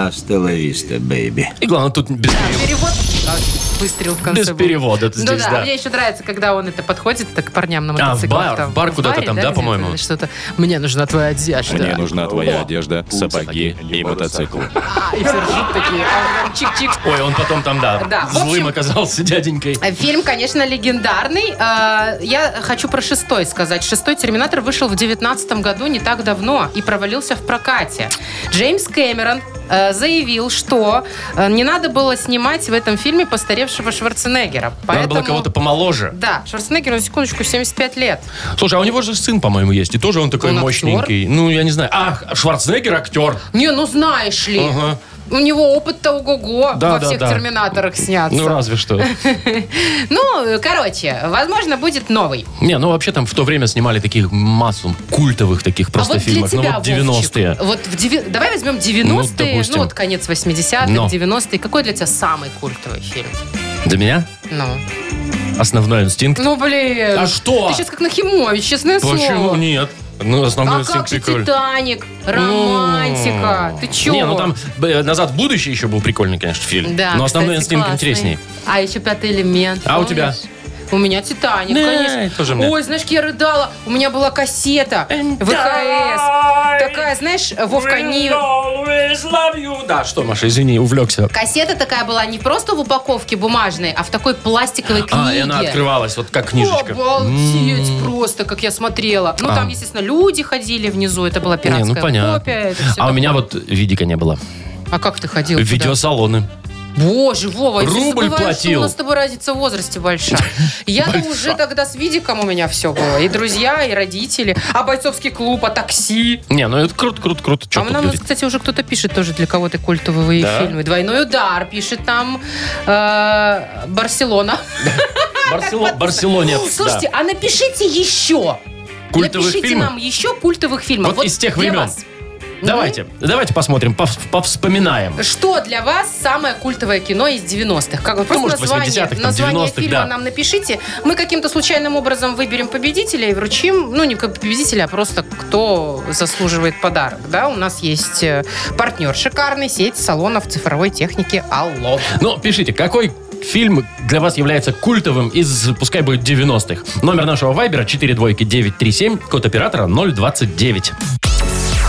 [SPEAKER 7] Hasta la vista, baby.
[SPEAKER 2] И главное, тут без...
[SPEAKER 3] Перевод выстрел в конце
[SPEAKER 2] Без
[SPEAKER 3] был.
[SPEAKER 2] перевода ты
[SPEAKER 3] Ну
[SPEAKER 2] здесь,
[SPEAKER 3] да,
[SPEAKER 2] да.
[SPEAKER 3] мне еще нравится, когда он это подходит так, к парням на
[SPEAKER 2] А, в
[SPEAKER 3] мотоциклах.
[SPEAKER 2] бар,
[SPEAKER 3] там,
[SPEAKER 2] в бар куда-то
[SPEAKER 3] баре,
[SPEAKER 2] там, да,
[SPEAKER 3] где-то
[SPEAKER 2] по-моему?
[SPEAKER 3] или Что-то. Мне нужна твоя одежда.
[SPEAKER 7] Мне нужна твоя одежда, сапоги и мотоцикл.
[SPEAKER 3] А, и все ржут такие. а он там Чик-чик.
[SPEAKER 2] Ой, он потом там, да,
[SPEAKER 3] Да, в
[SPEAKER 2] злым
[SPEAKER 3] общем-
[SPEAKER 2] оказался дяденькой.
[SPEAKER 3] Фильм, конечно, легендарный. А, Я хочу про шестой сказать. Шестой «Терминатор» вышел в девятнадцатом году, не так давно, и провалился в прокате. Джеймс Кэмерон э, заявил, что э, не надо было снимать в этом фильме постаревшего Шварценеггера.
[SPEAKER 2] Надо было кого-то помоложе.
[SPEAKER 3] Да, Шварценеггер, на секундочку, 75 лет.
[SPEAKER 2] Слушай, а у него же сын, по-моему, есть. И тоже он такой
[SPEAKER 3] Он актер?
[SPEAKER 2] мощненький. Ну, я не знаю. А, Шварценеггер актер.
[SPEAKER 3] Не, ну знаешь ли,
[SPEAKER 2] Ага.
[SPEAKER 3] у него опыт-то ого-го
[SPEAKER 2] Да,
[SPEAKER 3] во
[SPEAKER 2] да,
[SPEAKER 3] всех
[SPEAKER 2] да.
[SPEAKER 3] «Терминаторах» сняться.
[SPEAKER 2] Ну, разве что.
[SPEAKER 3] Ну, э, короче, возможно, будет новый.
[SPEAKER 2] Не, ну вообще там в то время снимали таких массу культовых таких просто
[SPEAKER 3] а вот
[SPEAKER 2] фильмов.
[SPEAKER 3] для тебя,
[SPEAKER 2] ну вот 90-е.
[SPEAKER 3] Вовчик, вот в деви- Давай возьмем 90-е, ну,
[SPEAKER 2] допустим.
[SPEAKER 3] вот конец 80-х,
[SPEAKER 2] Но.
[SPEAKER 3] 90-е. Какой для тебя самый культовый фильм?
[SPEAKER 2] Для меня
[SPEAKER 3] Ну,
[SPEAKER 2] основной инстинкт.
[SPEAKER 3] ну блин.
[SPEAKER 2] А что?
[SPEAKER 3] Ты сейчас как Нахимович, честное
[SPEAKER 2] Почему
[SPEAKER 3] слово.
[SPEAKER 2] нет? Ну, основной
[SPEAKER 3] А как
[SPEAKER 2] инстинкт
[SPEAKER 3] же
[SPEAKER 2] прикольный.
[SPEAKER 3] «Титаник», «Романтика»,
[SPEAKER 2] Ну,
[SPEAKER 3] ты чего?
[SPEAKER 2] Не, ну там ну, а б, «Назад в будущее» еще был прикольный, конечно, фильм.
[SPEAKER 3] Да,
[SPEAKER 2] Но «Основной
[SPEAKER 3] кстати,
[SPEAKER 2] инстинкт»
[SPEAKER 3] классный.
[SPEAKER 2] интереснее.
[SPEAKER 3] А еще пятый элемент.
[SPEAKER 2] А у
[SPEAKER 3] помнишь?
[SPEAKER 2] тебя?
[SPEAKER 3] У меня Титаник,
[SPEAKER 2] Да,
[SPEAKER 3] конечно.
[SPEAKER 2] тоже мне.
[SPEAKER 3] Ой, знаешь, я рыдала. У меня была кассета ВКС. Такая, знаешь, Вовка, не...
[SPEAKER 2] Да, что, Маша, извини, увлекся.
[SPEAKER 3] Кассета такая была не просто в упаковке бумажной, а в такой пластиковой книге.
[SPEAKER 2] А, и она открывалась, вот как книжечка.
[SPEAKER 3] Обалдеть просто, как я смотрела. Ну,
[SPEAKER 2] А.
[SPEAKER 3] там, естественно, люди ходили внизу. Это была
[SPEAKER 2] Не,
[SPEAKER 3] пиратская
[SPEAKER 2] ну понятно.
[SPEAKER 3] копия. это всё
[SPEAKER 2] а у
[SPEAKER 3] такое.
[SPEAKER 2] меня вот видика не было.
[SPEAKER 3] А как ты ходил? туда?
[SPEAKER 2] Видеосалоны.
[SPEAKER 3] Боже, Вова, я всё
[SPEAKER 2] Рубль
[SPEAKER 3] забываю,
[SPEAKER 2] платил.
[SPEAKER 3] что у нас с тобой разница в возрасте большая. Я-то уже тогда с видиком у меня все было. И друзья, и родители. А бойцовский клуб, а такси.
[SPEAKER 2] Не, ну это круто, круто, круто. Чё
[SPEAKER 3] а
[SPEAKER 2] тут
[SPEAKER 3] нам,
[SPEAKER 2] говорить?
[SPEAKER 3] кстати, уже кто-то пишет тоже, для кого ты культовые
[SPEAKER 2] Да?
[SPEAKER 3] фильмы. «Двойной удар» пишет там э, «Барселона».
[SPEAKER 2] Барсело- Барселонец, да.
[SPEAKER 3] Слушайте, а напишите еще.
[SPEAKER 2] Культовых
[SPEAKER 3] напишите
[SPEAKER 2] фильмов?
[SPEAKER 3] нам еще культовых фильмов.
[SPEAKER 2] Вот из тех
[SPEAKER 3] для
[SPEAKER 2] времен.
[SPEAKER 3] вас.
[SPEAKER 2] Давайте, давайте посмотрим, пов- повспоминаем.
[SPEAKER 3] Что для вас самое культовое кино из 90-х? Как вы просто
[SPEAKER 2] Ну, может,
[SPEAKER 3] название,
[SPEAKER 2] 80-х, там,
[SPEAKER 3] название
[SPEAKER 2] 90-х,
[SPEAKER 3] фильма
[SPEAKER 2] да.
[SPEAKER 3] нам напишите. Мы каким-то случайным образом выберем победителя и вручим, ну, не как победителя, а просто кто заслуживает подарок. Да, у нас есть э, партнер шикарный, сеть салонов цифровой техники Алло.
[SPEAKER 2] Ну, пишите, какой фильм для вас является культовым из, пускай будет, 90-х? Номер нашего вайбера 42937, код оператора 029.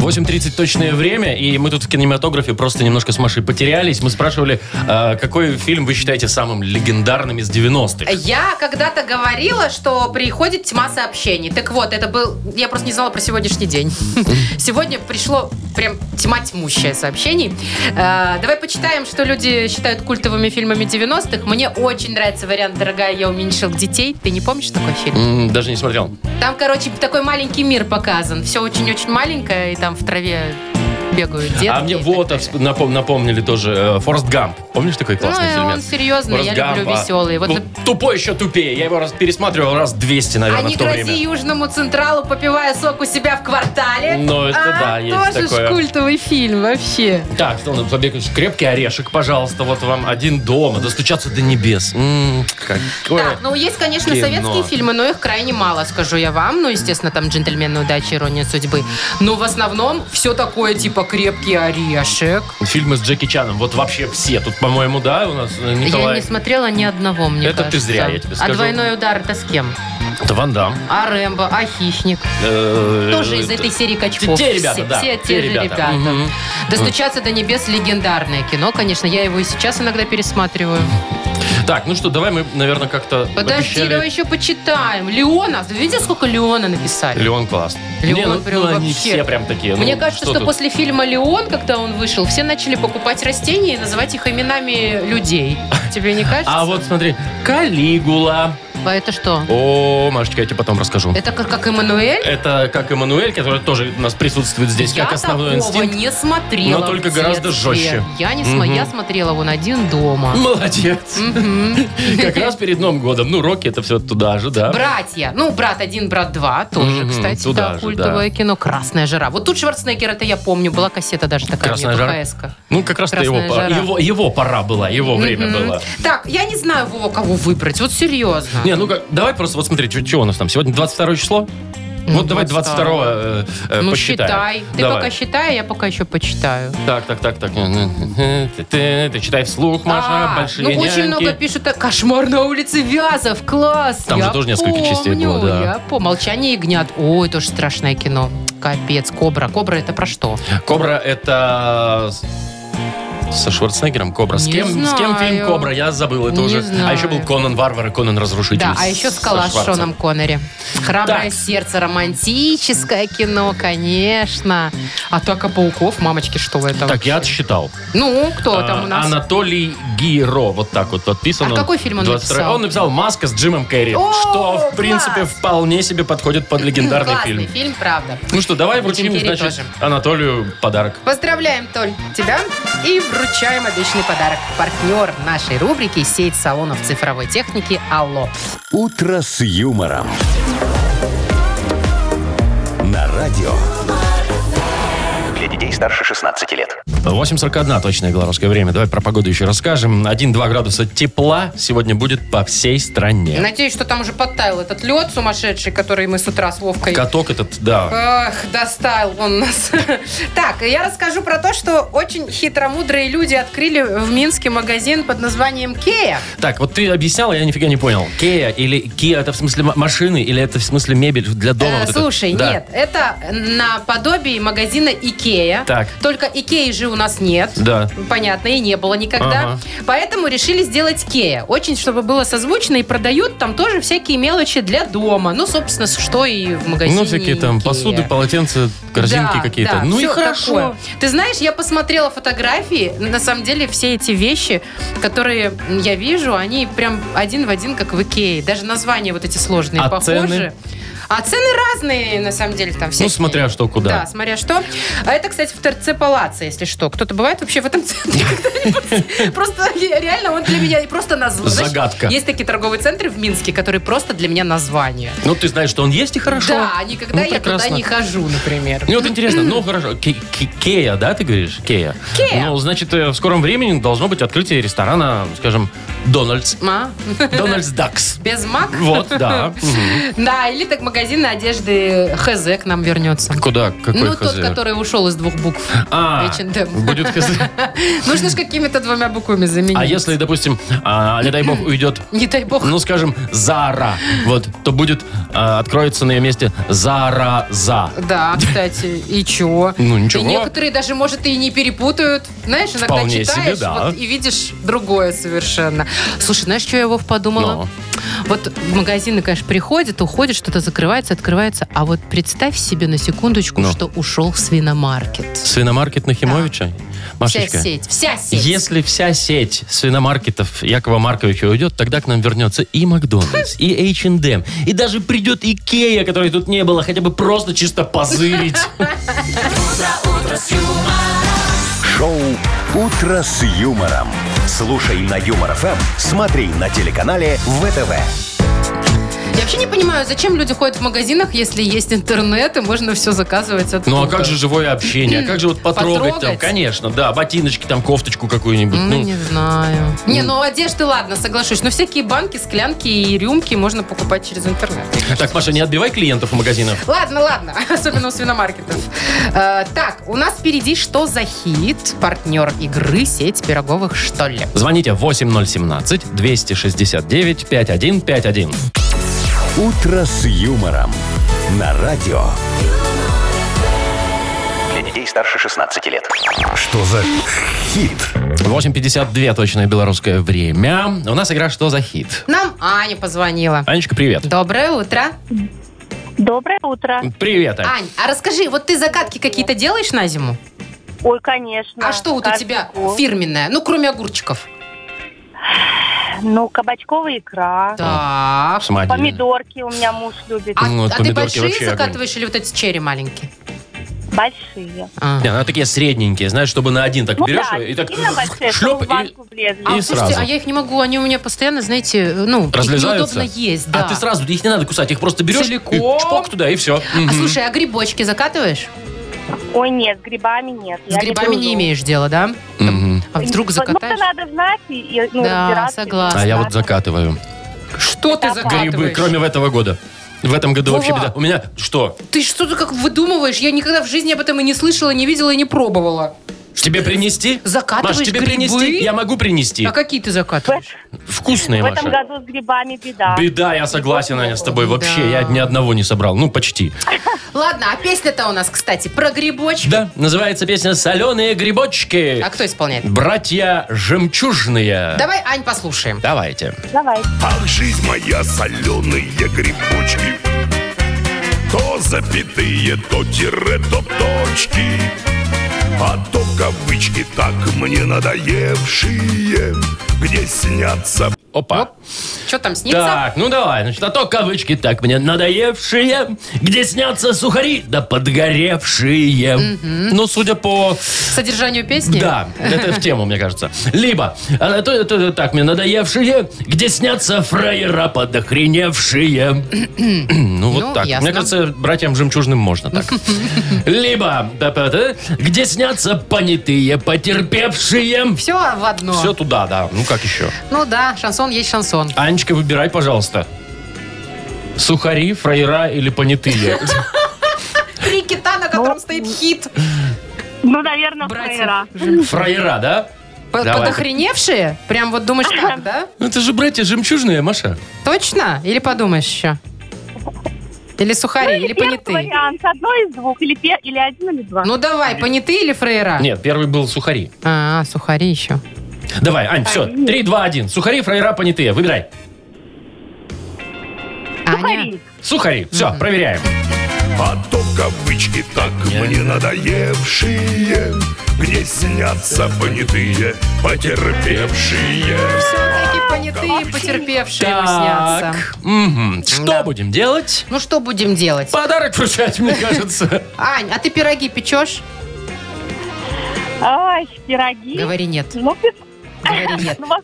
[SPEAKER 2] 8.30 точное время, и мы тут в кинематографе просто немножко с Машей потерялись. Мы спрашивали, э, какой фильм вы считаете самым легендарным из 90-х?
[SPEAKER 3] Я когда-то говорила, что приходит тьма сообщений. Так вот, это был... Я просто не знала про сегодняшний день. Сегодня пришло прям тьма тьмущая сообщений. Э, Давай почитаем, что люди считают культовыми фильмами 90-х. Мне очень нравится вариант «Дорогая, я уменьшил детей». Ты не помнишь такой фильм?
[SPEAKER 2] М, Даже не смотрел.
[SPEAKER 3] Там, короче, такой маленький мир показан. Все очень-очень маленькое, и там в траве бегают детки.
[SPEAKER 2] а мне
[SPEAKER 3] и так
[SPEAKER 2] вот
[SPEAKER 3] далее.
[SPEAKER 2] всп- напом- напомнили тоже э, «Форест Гамп». Помнишь такой классный
[SPEAKER 3] Ну, и он
[SPEAKER 2] фильм?
[SPEAKER 3] серьезный, я люблю веселые. Вот
[SPEAKER 2] Ну, Тупой еще тупее. Я его раз пересматривал раз 200, наверное,
[SPEAKER 3] А не
[SPEAKER 2] Э, в то
[SPEAKER 3] грози
[SPEAKER 2] время.
[SPEAKER 3] Южному Централу, попивая сок у себя в квартале.
[SPEAKER 2] Ну, это
[SPEAKER 3] а,
[SPEAKER 2] да, есть
[SPEAKER 3] тоже ж
[SPEAKER 2] такое.
[SPEAKER 3] культовый фильм вообще.
[SPEAKER 2] Так, что у нас, побег из крепкий орешек, пожалуйста, вот вам один дома, достучаться до небес. М, какое-
[SPEAKER 3] Так, ну есть, конечно,
[SPEAKER 2] Э, кино.
[SPEAKER 3] советские фильмы, но их крайне мало, скажу я вам. Ну, естественно, там «Джентльмены удачи», «Ирония судьбы». Но в основном все такое типа «Крепкий орешек».
[SPEAKER 2] Фильмы с Джеки Чаном, вот вообще все. Тут, по-моему, да, у нас э,
[SPEAKER 3] Я
[SPEAKER 2] Николай.
[SPEAKER 3] не смотрела ни одного, мне
[SPEAKER 2] Это ты
[SPEAKER 3] кажется.
[SPEAKER 2] зря, я тебе скажу.
[SPEAKER 3] А «Двойной удар» это с кем?
[SPEAKER 2] Это Ван Дам.
[SPEAKER 3] А «Рэмбо», а «Хищник».
[SPEAKER 2] Э,
[SPEAKER 3] Тоже из
[SPEAKER 2] э,
[SPEAKER 3] этой серии качков.
[SPEAKER 2] те ребята,
[SPEAKER 3] все,
[SPEAKER 2] да,
[SPEAKER 3] все
[SPEAKER 2] те
[SPEAKER 3] те же
[SPEAKER 2] ребята.
[SPEAKER 3] ребята.
[SPEAKER 2] Мгм.
[SPEAKER 3] «Достучаться до небес» легендарное кино, конечно. Я его и сейчас иногда пересматриваю.
[SPEAKER 2] Так, ну что, давай мы, наверное, как-то
[SPEAKER 3] Подожди,
[SPEAKER 2] обещали-
[SPEAKER 3] давай еще почитаем. Леона. Видите, сколько Леона написали?
[SPEAKER 2] Леон класс.
[SPEAKER 3] Леон
[SPEAKER 2] Не, ну,
[SPEAKER 3] прям
[SPEAKER 2] ну, они
[SPEAKER 3] вообще.
[SPEAKER 2] все прям такие. ну,
[SPEAKER 3] Мне кажется, что,
[SPEAKER 2] тут?
[SPEAKER 3] после фильма «Леон», когда он вышел, все начали покупать растения и называть их именами людей. Тебе не кажется?
[SPEAKER 2] А вот смотри, Калигула.
[SPEAKER 3] А это что?
[SPEAKER 2] О, Машечка, я тебе потом расскажу.
[SPEAKER 3] Это как, как Эммануэль?
[SPEAKER 2] Это как Эммануэль, который тоже у нас присутствует здесь,
[SPEAKER 3] Я
[SPEAKER 2] как основной
[SPEAKER 3] такого
[SPEAKER 2] инстинкт.
[SPEAKER 3] не смотрела
[SPEAKER 2] но только
[SPEAKER 3] в
[SPEAKER 2] гораздо
[SPEAKER 3] детстве.
[SPEAKER 2] жестче.
[SPEAKER 3] Я, не смо-
[SPEAKER 2] Мгм.
[SPEAKER 3] я смотрела вон один дома.
[SPEAKER 2] Молодец.
[SPEAKER 3] Мгм.
[SPEAKER 2] Как раз перед Новым годом. Ну, Рокки это все туда же, да?
[SPEAKER 3] Братья. Ну, брат один, брат два. Тоже,
[SPEAKER 2] Мгм,
[SPEAKER 3] кстати,
[SPEAKER 2] туда
[SPEAKER 3] да,
[SPEAKER 2] же,
[SPEAKER 3] культовое кино. Красная жара. Вот тут Шварценеггер, это я помню. Была кассета даже такая. у меня,
[SPEAKER 2] Красная жара.
[SPEAKER 3] VHS-ка.
[SPEAKER 2] Ну, как раз-то его,
[SPEAKER 3] Красная
[SPEAKER 2] пора-
[SPEAKER 3] жара.
[SPEAKER 2] его, его пора была, его время
[SPEAKER 3] Мгм.
[SPEAKER 2] было.
[SPEAKER 3] Так, я не знаю, Вова, кого выбрать. Вот серьезно.
[SPEAKER 2] Не, ну как, давай просто вот смотри, чё- чё у нас там. Сегодня 22 число? Вот давай
[SPEAKER 3] 22.
[SPEAKER 2] 22 э, э,
[SPEAKER 3] Ну,
[SPEAKER 2] посчитаем.
[SPEAKER 3] считай. Ты
[SPEAKER 2] Давай.
[SPEAKER 3] пока считай, а я пока еще почитаю.
[SPEAKER 2] Так, так, так, так. Ты, ты- ты читай вслух, Маша,
[SPEAKER 3] А,
[SPEAKER 2] большие
[SPEAKER 3] ну, очень
[SPEAKER 2] няньки.
[SPEAKER 3] много пишут. э, Кошмар на улице Вязов, класс.
[SPEAKER 2] Там
[SPEAKER 3] я
[SPEAKER 2] же тоже несколько частей
[SPEAKER 3] помню,
[SPEAKER 2] было, да.
[SPEAKER 3] Я по молчанию ягнят. Ой, тоже страшное кино. Капец, Кобра. Кобра это про что?
[SPEAKER 2] Кобра это с- со Шварценеггером Кобра. С
[SPEAKER 3] Не
[SPEAKER 2] кем, с кем фильм
[SPEAKER 3] знаю.
[SPEAKER 2] Кобра? Я забыл это
[SPEAKER 3] Не
[SPEAKER 2] уже. А
[SPEAKER 3] знаю.
[SPEAKER 2] еще был Конан Варвар и Конан Разрушитель.
[SPEAKER 3] Да, а еще «Скала» с
[SPEAKER 2] со Шварцем.
[SPEAKER 3] Шоном Коннери. «Храброе
[SPEAKER 2] Так.
[SPEAKER 3] сердце», романтическое кино, конечно. А «Атака пауков», мамочки, что вы это?
[SPEAKER 2] Так, я
[SPEAKER 3] вообще?
[SPEAKER 2] отсчитал.
[SPEAKER 3] Ну, кто
[SPEAKER 2] А,
[SPEAKER 3] там у нас?
[SPEAKER 2] Анатолий Гиро. Вот так вот подписан.
[SPEAKER 3] А
[SPEAKER 2] он.
[SPEAKER 3] какой фильм он
[SPEAKER 2] 22.
[SPEAKER 3] написал?
[SPEAKER 2] Он написал «Маска с Джимом Керри»,
[SPEAKER 3] О,
[SPEAKER 2] что, в
[SPEAKER 3] класс!
[SPEAKER 2] принципе, вполне себе подходит под легендарный
[SPEAKER 3] Классный
[SPEAKER 2] фильм.
[SPEAKER 3] фильм, правда.
[SPEAKER 2] Ну что, давай
[SPEAKER 3] Джим
[SPEAKER 2] вручим,
[SPEAKER 3] Керри
[SPEAKER 2] значит,
[SPEAKER 3] тоже.
[SPEAKER 2] Анатолию подарок.
[SPEAKER 3] Поздравляем, Толь, тебя и вручаем обещанный подарок. Партнер нашей рубрики – сеть салонов цифровой техники «Алло».
[SPEAKER 1] «Утро с юмором». На радио.
[SPEAKER 4] Для детей старше 16 лет.
[SPEAKER 2] 8.41 точное белорусское время. Давай про погоду еще расскажем. 1-2 градуса тепла сегодня будет по всей стране.
[SPEAKER 3] Надеюсь, что там уже подтаял этот лед сумасшедший, который мы с утра с Вовкой...
[SPEAKER 2] Каток этот, да.
[SPEAKER 3] Эх, доставил он нас. Так, я расскажу про то, что очень хитромудрые люди открыли в Минске магазин под названием «Кея».
[SPEAKER 2] Так, вот ты объяснял, а я нифига не понял. Кея или Киа, это в смысле м- машины, или это в смысле мебель для дома?
[SPEAKER 3] Э,
[SPEAKER 2] вот это?
[SPEAKER 3] Слушай,
[SPEAKER 2] Да.
[SPEAKER 3] нет, это наподобие магазина Икея.
[SPEAKER 2] Так.
[SPEAKER 3] Только Икеи же у нас нет.
[SPEAKER 2] Да.
[SPEAKER 3] Понятно, и не было никогда.
[SPEAKER 2] Ага.
[SPEAKER 3] Поэтому решили сделать Кея. Очень, чтобы было созвучно, и продают там тоже всякие мелочи для дома. Ну, собственно, что и в магазине
[SPEAKER 2] Ну, всякие там
[SPEAKER 3] Икея.
[SPEAKER 2] посуды, полотенца, корзинки
[SPEAKER 3] Да,
[SPEAKER 2] какие-то.
[SPEAKER 3] да,
[SPEAKER 2] ну и
[SPEAKER 3] всё
[SPEAKER 2] хорошо.
[SPEAKER 3] такое. Ты знаешь, я посмотрела фотографии. На самом деле все эти вещи, которые я вижу, они прям один в один, как в Икее. Даже названия вот эти сложные
[SPEAKER 2] А
[SPEAKER 3] похожи.
[SPEAKER 2] цены?
[SPEAKER 3] А цены разные, на самом деле, там все.
[SPEAKER 2] Ну, смотря что
[SPEAKER 3] Да,
[SPEAKER 2] куда.
[SPEAKER 3] смотря что. А это, кстати, в ТРЦ Палаца, если что. Кто-то бывает вообще в этом центре когда-нибудь? Просто я- реально он для меня и просто название.
[SPEAKER 2] Загадка.
[SPEAKER 3] Есть такие торговые центры в Минске, которые просто для меня название.
[SPEAKER 2] Ну, ты знаешь, что он есть и хорошо.
[SPEAKER 3] Да, никогда
[SPEAKER 2] Ну,
[SPEAKER 3] я туда
[SPEAKER 2] прекрасно.
[SPEAKER 3] не хожу, например.
[SPEAKER 2] Мне вот интересно, ну хорошо, Ке- Ке- Кея, да, ты говоришь? Кея.
[SPEAKER 3] Кея.
[SPEAKER 2] Ну, значит, э, в скором времени должно быть открытие ресторана, скажем, Дональдс.
[SPEAKER 3] А?
[SPEAKER 2] Дональдс Дакс.
[SPEAKER 3] Без мак?
[SPEAKER 2] Вот, да. Мгм.
[SPEAKER 3] Да, или так магазин одежды ХЗ к нам вернется.
[SPEAKER 2] Куда? Какой
[SPEAKER 3] Ну,
[SPEAKER 2] хз?
[SPEAKER 3] тот, который ушел из двух букв.
[SPEAKER 2] А,
[SPEAKER 3] H&M.
[SPEAKER 2] будет хз.
[SPEAKER 3] Нужно же какими-то двумя буквами заменить.
[SPEAKER 2] А если, допустим, а, не дай бог, уйдет,
[SPEAKER 3] Не дай бог.
[SPEAKER 2] ну, скажем, Зара, вот, то будет, а, откроется на ее месте Зараза.
[SPEAKER 3] Да, кстати, и чего?
[SPEAKER 2] Ну, ничего.
[SPEAKER 3] И некоторые даже, может, и не перепутают. Знаешь, иногда
[SPEAKER 2] Вполне
[SPEAKER 3] читаешь
[SPEAKER 2] себе, да.
[SPEAKER 3] вот, и видишь другое совершенно. Слушай, знаешь, что я, Вов, подумала?
[SPEAKER 2] Ну.
[SPEAKER 3] Вот в магазины, конечно, приходят, уходят, что-то закрывается, открывается. А вот представь себе на секундочку,
[SPEAKER 2] Ну.
[SPEAKER 3] что ушел свиномаркет.
[SPEAKER 2] Свиномаркет Нахимовича?
[SPEAKER 3] Вся
[SPEAKER 2] Машечка,
[SPEAKER 3] сеть, вся сеть.
[SPEAKER 2] если вся сеть свиномаркетов Якова Марковича уйдет, тогда к нам вернется и Макдональдс, и H&M, и даже придет Икея, которой тут не было, хотя бы просто чисто позырить.
[SPEAKER 1] Шоу «Утро с юмором». Слушай на Юмор ФМ, смотри на телеканале ВТВ.
[SPEAKER 3] Я вообще не понимаю, зачем люди ходят в магазинах, если есть интернет, и можно все заказывать оттуда.
[SPEAKER 2] Ну а как же живое общение? А Как же вот потрогать там?
[SPEAKER 3] Потрогать?
[SPEAKER 2] Конечно, да, ботиночки, там кофточку какую-нибудь.
[SPEAKER 3] Ну,
[SPEAKER 2] Ну,
[SPEAKER 3] не знаю. Не, ну одежды, ладно, соглашусь. Но всякие банки, склянки и рюмки можно покупать через интернет.
[SPEAKER 2] Так, Маша, не отбивай клиентов у магазинов.
[SPEAKER 3] Ладно, ладно, особенно у свиномаркетов. Э, так, у нас впереди «Что за хит?» Партнер игры «Сеть пироговых, что ли?»
[SPEAKER 2] Звоните 8017-269-5151.
[SPEAKER 1] «Утро с юмором» на радио.
[SPEAKER 4] Для детей старше 16 лет.
[SPEAKER 1] Что за хит?
[SPEAKER 2] 8.52 точное белорусское время. У нас игра «Что за хит?».
[SPEAKER 3] Нам Аня позвонила.
[SPEAKER 2] Анечка, привет.
[SPEAKER 3] Доброе утро.
[SPEAKER 8] Доброе утро.
[SPEAKER 2] Привет, Ань.
[SPEAKER 3] Ань, а расскажи, вот ты загадки какие-то делаешь на зиму?
[SPEAKER 8] Ой, конечно.
[SPEAKER 3] А что вот у
[SPEAKER 8] Каждый
[SPEAKER 3] тебя
[SPEAKER 8] год.
[SPEAKER 3] фирменное? Ну, кроме огурчиков.
[SPEAKER 8] Ну, кабачковая икра.
[SPEAKER 3] Так.
[SPEAKER 2] Самодельно.
[SPEAKER 8] Помидорки у меня муж любит.
[SPEAKER 3] А,
[SPEAKER 2] Ну, вот
[SPEAKER 3] а ты
[SPEAKER 2] помидорки
[SPEAKER 3] большие
[SPEAKER 2] вообще огонь.
[SPEAKER 3] закатываешь или вот эти черри маленькие?
[SPEAKER 8] Большие.
[SPEAKER 3] А.
[SPEAKER 2] Не, ну, она такие средненькие, знаешь, чтобы на один так
[SPEAKER 8] Ну
[SPEAKER 2] берешь
[SPEAKER 8] да,
[SPEAKER 2] и так
[SPEAKER 8] сильно большие,
[SPEAKER 2] шлеп
[SPEAKER 8] чтобы в
[SPEAKER 2] и...
[SPEAKER 8] ванку влезли.
[SPEAKER 3] А,
[SPEAKER 2] и
[SPEAKER 3] слушайте,
[SPEAKER 2] сразу.
[SPEAKER 3] а я их не могу, они у меня постоянно, знаете, ну,
[SPEAKER 2] Разлезаются?
[SPEAKER 3] их неудобно есть, да.
[SPEAKER 2] А ты сразу, их не надо кусать, их просто берешь
[SPEAKER 3] Целиком?
[SPEAKER 2] и чпок туда, и все.
[SPEAKER 3] А, слушай, а грибочки закатываешь?
[SPEAKER 8] Ой, нет, с грибами нет.
[SPEAKER 3] С грибами не имеешь дела, да? А вдруг
[SPEAKER 8] Ну, это
[SPEAKER 3] закатаешь?
[SPEAKER 8] надо знать и, и, ну,
[SPEAKER 3] Да,
[SPEAKER 8] разбираться.
[SPEAKER 3] согласна.
[SPEAKER 2] А я вот закатываю.
[SPEAKER 3] Что ты
[SPEAKER 8] Грибы,
[SPEAKER 3] закатываешь?
[SPEAKER 2] Грибы, кроме в этого года. В В этом году
[SPEAKER 3] Вова.
[SPEAKER 2] вообще беда. У меня что?
[SPEAKER 3] Ты что-то как выдумываешь? Я никогда в жизни об этом и не слышала, не видела и не пробовала.
[SPEAKER 2] Тебе принести?
[SPEAKER 3] Э, Закатываешь
[SPEAKER 2] Маш, тебе
[SPEAKER 3] грибы?
[SPEAKER 2] принести? Я могу принести.
[SPEAKER 3] А какие ты закатываешь?
[SPEAKER 2] Вкусные,
[SPEAKER 8] В этом
[SPEAKER 2] Маша.
[SPEAKER 8] году с грибами беда.
[SPEAKER 2] Беда, я согласен, Аня, с тобой. Вообще,
[SPEAKER 3] Да.
[SPEAKER 2] я ни одного не собрал. Ну, почти.
[SPEAKER 3] Ладно, а песня-то у нас, кстати, про грибочки.
[SPEAKER 2] Да, называется песня «Соленые грибочки».
[SPEAKER 3] А кто исполняет?
[SPEAKER 2] Братья жемчужные.
[SPEAKER 3] Давай, Ань, послушаем.
[SPEAKER 2] Давайте.
[SPEAKER 8] Давай.
[SPEAKER 9] Ах, жизнь моя, соленые грибочки. То запятые, то тире, то точки. А то кавычки так мне надоевшие, где снятся
[SPEAKER 2] Опа.
[SPEAKER 3] Что там снится?
[SPEAKER 2] Так, ну давай, значит, а то кавычки так мне надоевшие, где снятся сухари, да подгоревшие. Ну, судя по...
[SPEAKER 3] Содержанию песни?
[SPEAKER 2] Да, это в тему, мне кажется. Либо, а то, это так мне надоевшие, где снятся фраера подохреневшие. ну, вот
[SPEAKER 3] Ну,
[SPEAKER 2] так.
[SPEAKER 3] ясно.
[SPEAKER 2] Мне кажется, братьям жемчужным можно так. Либо, да, да, да, где снятся понятые, потерпевшие.
[SPEAKER 3] Все в одно.
[SPEAKER 2] Все туда, да. Ну, как еще?
[SPEAKER 3] Ну да, шансон есть шансон.
[SPEAKER 2] Анечка, выбирай, пожалуйста. Сухари, фраера или понятые?
[SPEAKER 3] Три кита, на котором стоит хит.
[SPEAKER 8] Ну, наверное, фраера.
[SPEAKER 3] Братья. жем-
[SPEAKER 2] Фраера, да?
[SPEAKER 3] По-
[SPEAKER 2] Давай.
[SPEAKER 3] Подохреневшие? Прям вот думаешь так, да?
[SPEAKER 2] Ну, Это же братья жемчужные, Маша.
[SPEAKER 3] Точно? Или подумаешь еще? Или сухари, или
[SPEAKER 8] Первый
[SPEAKER 3] понятые?
[SPEAKER 8] вариант. Одно из двух. Или, пе- или один, или два.
[SPEAKER 3] Ну давай, понятые или фраера?
[SPEAKER 2] Нет, первый был сухари.
[SPEAKER 3] А, сухари еще.
[SPEAKER 2] Давай, Ань, все. Три, два, один. Сухари, фраера, понятые. Выбирай.
[SPEAKER 3] Аня,
[SPEAKER 2] Сухари. Все, проверяем.
[SPEAKER 9] А то кавычки так мне надоевшие, где снятся понятые, потерпевшие.
[SPEAKER 3] все-таки понятые, потерпевшие снятся.
[SPEAKER 2] Так. мгм. Что
[SPEAKER 3] Да.
[SPEAKER 2] будем делать?
[SPEAKER 3] Ну что будем делать?
[SPEAKER 2] Подарок вручать, мне кажется.
[SPEAKER 3] Ань, а ты пироги печешь?
[SPEAKER 8] Ай, пироги.
[SPEAKER 3] Говори нет.
[SPEAKER 8] Ну, пи-
[SPEAKER 3] Говори нет.
[SPEAKER 8] ну, во-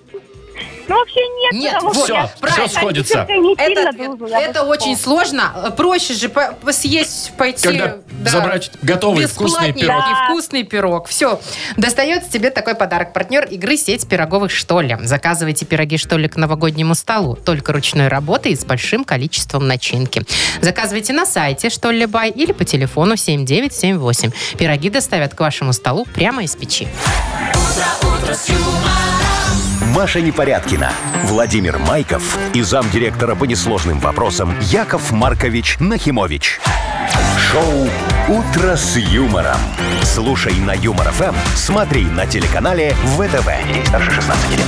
[SPEAKER 8] ну, вообще нет.
[SPEAKER 3] Нет,
[SPEAKER 8] потому
[SPEAKER 3] всё,
[SPEAKER 8] что я-
[SPEAKER 2] всё сходится.
[SPEAKER 8] Кондитерка не
[SPEAKER 3] Это,
[SPEAKER 8] сильно
[SPEAKER 3] ответ.
[SPEAKER 8] дружу, я бы
[SPEAKER 3] это очень
[SPEAKER 8] сказала.
[SPEAKER 3] сложно. Э, Проще же по- по- съесть, пойти...
[SPEAKER 2] Когда
[SPEAKER 3] да.
[SPEAKER 2] забрать готовый вкусный
[SPEAKER 3] Бесплатненький,
[SPEAKER 2] пирог.
[SPEAKER 3] вкусный пирог. Все. Достается тебе такой подарок. Партнер игры «Сеть пироговых что ли». Заказывайте пироги что ли к новогоднему столу. Только ручной работы и с большим количеством начинки. Заказывайте на сайте что ли бай или по телефону 7978. Пироги доставят к вашему столу прямо из печи.
[SPEAKER 1] Маша Непорядкина, Владимир Майков и замдиректора по несложным вопросам Яков Маркович Нахимович. Шоу «Утро с юмором». Слушай на Юмор ФМ, смотри на телеканале ВТВ. Здесь старше 16 лет.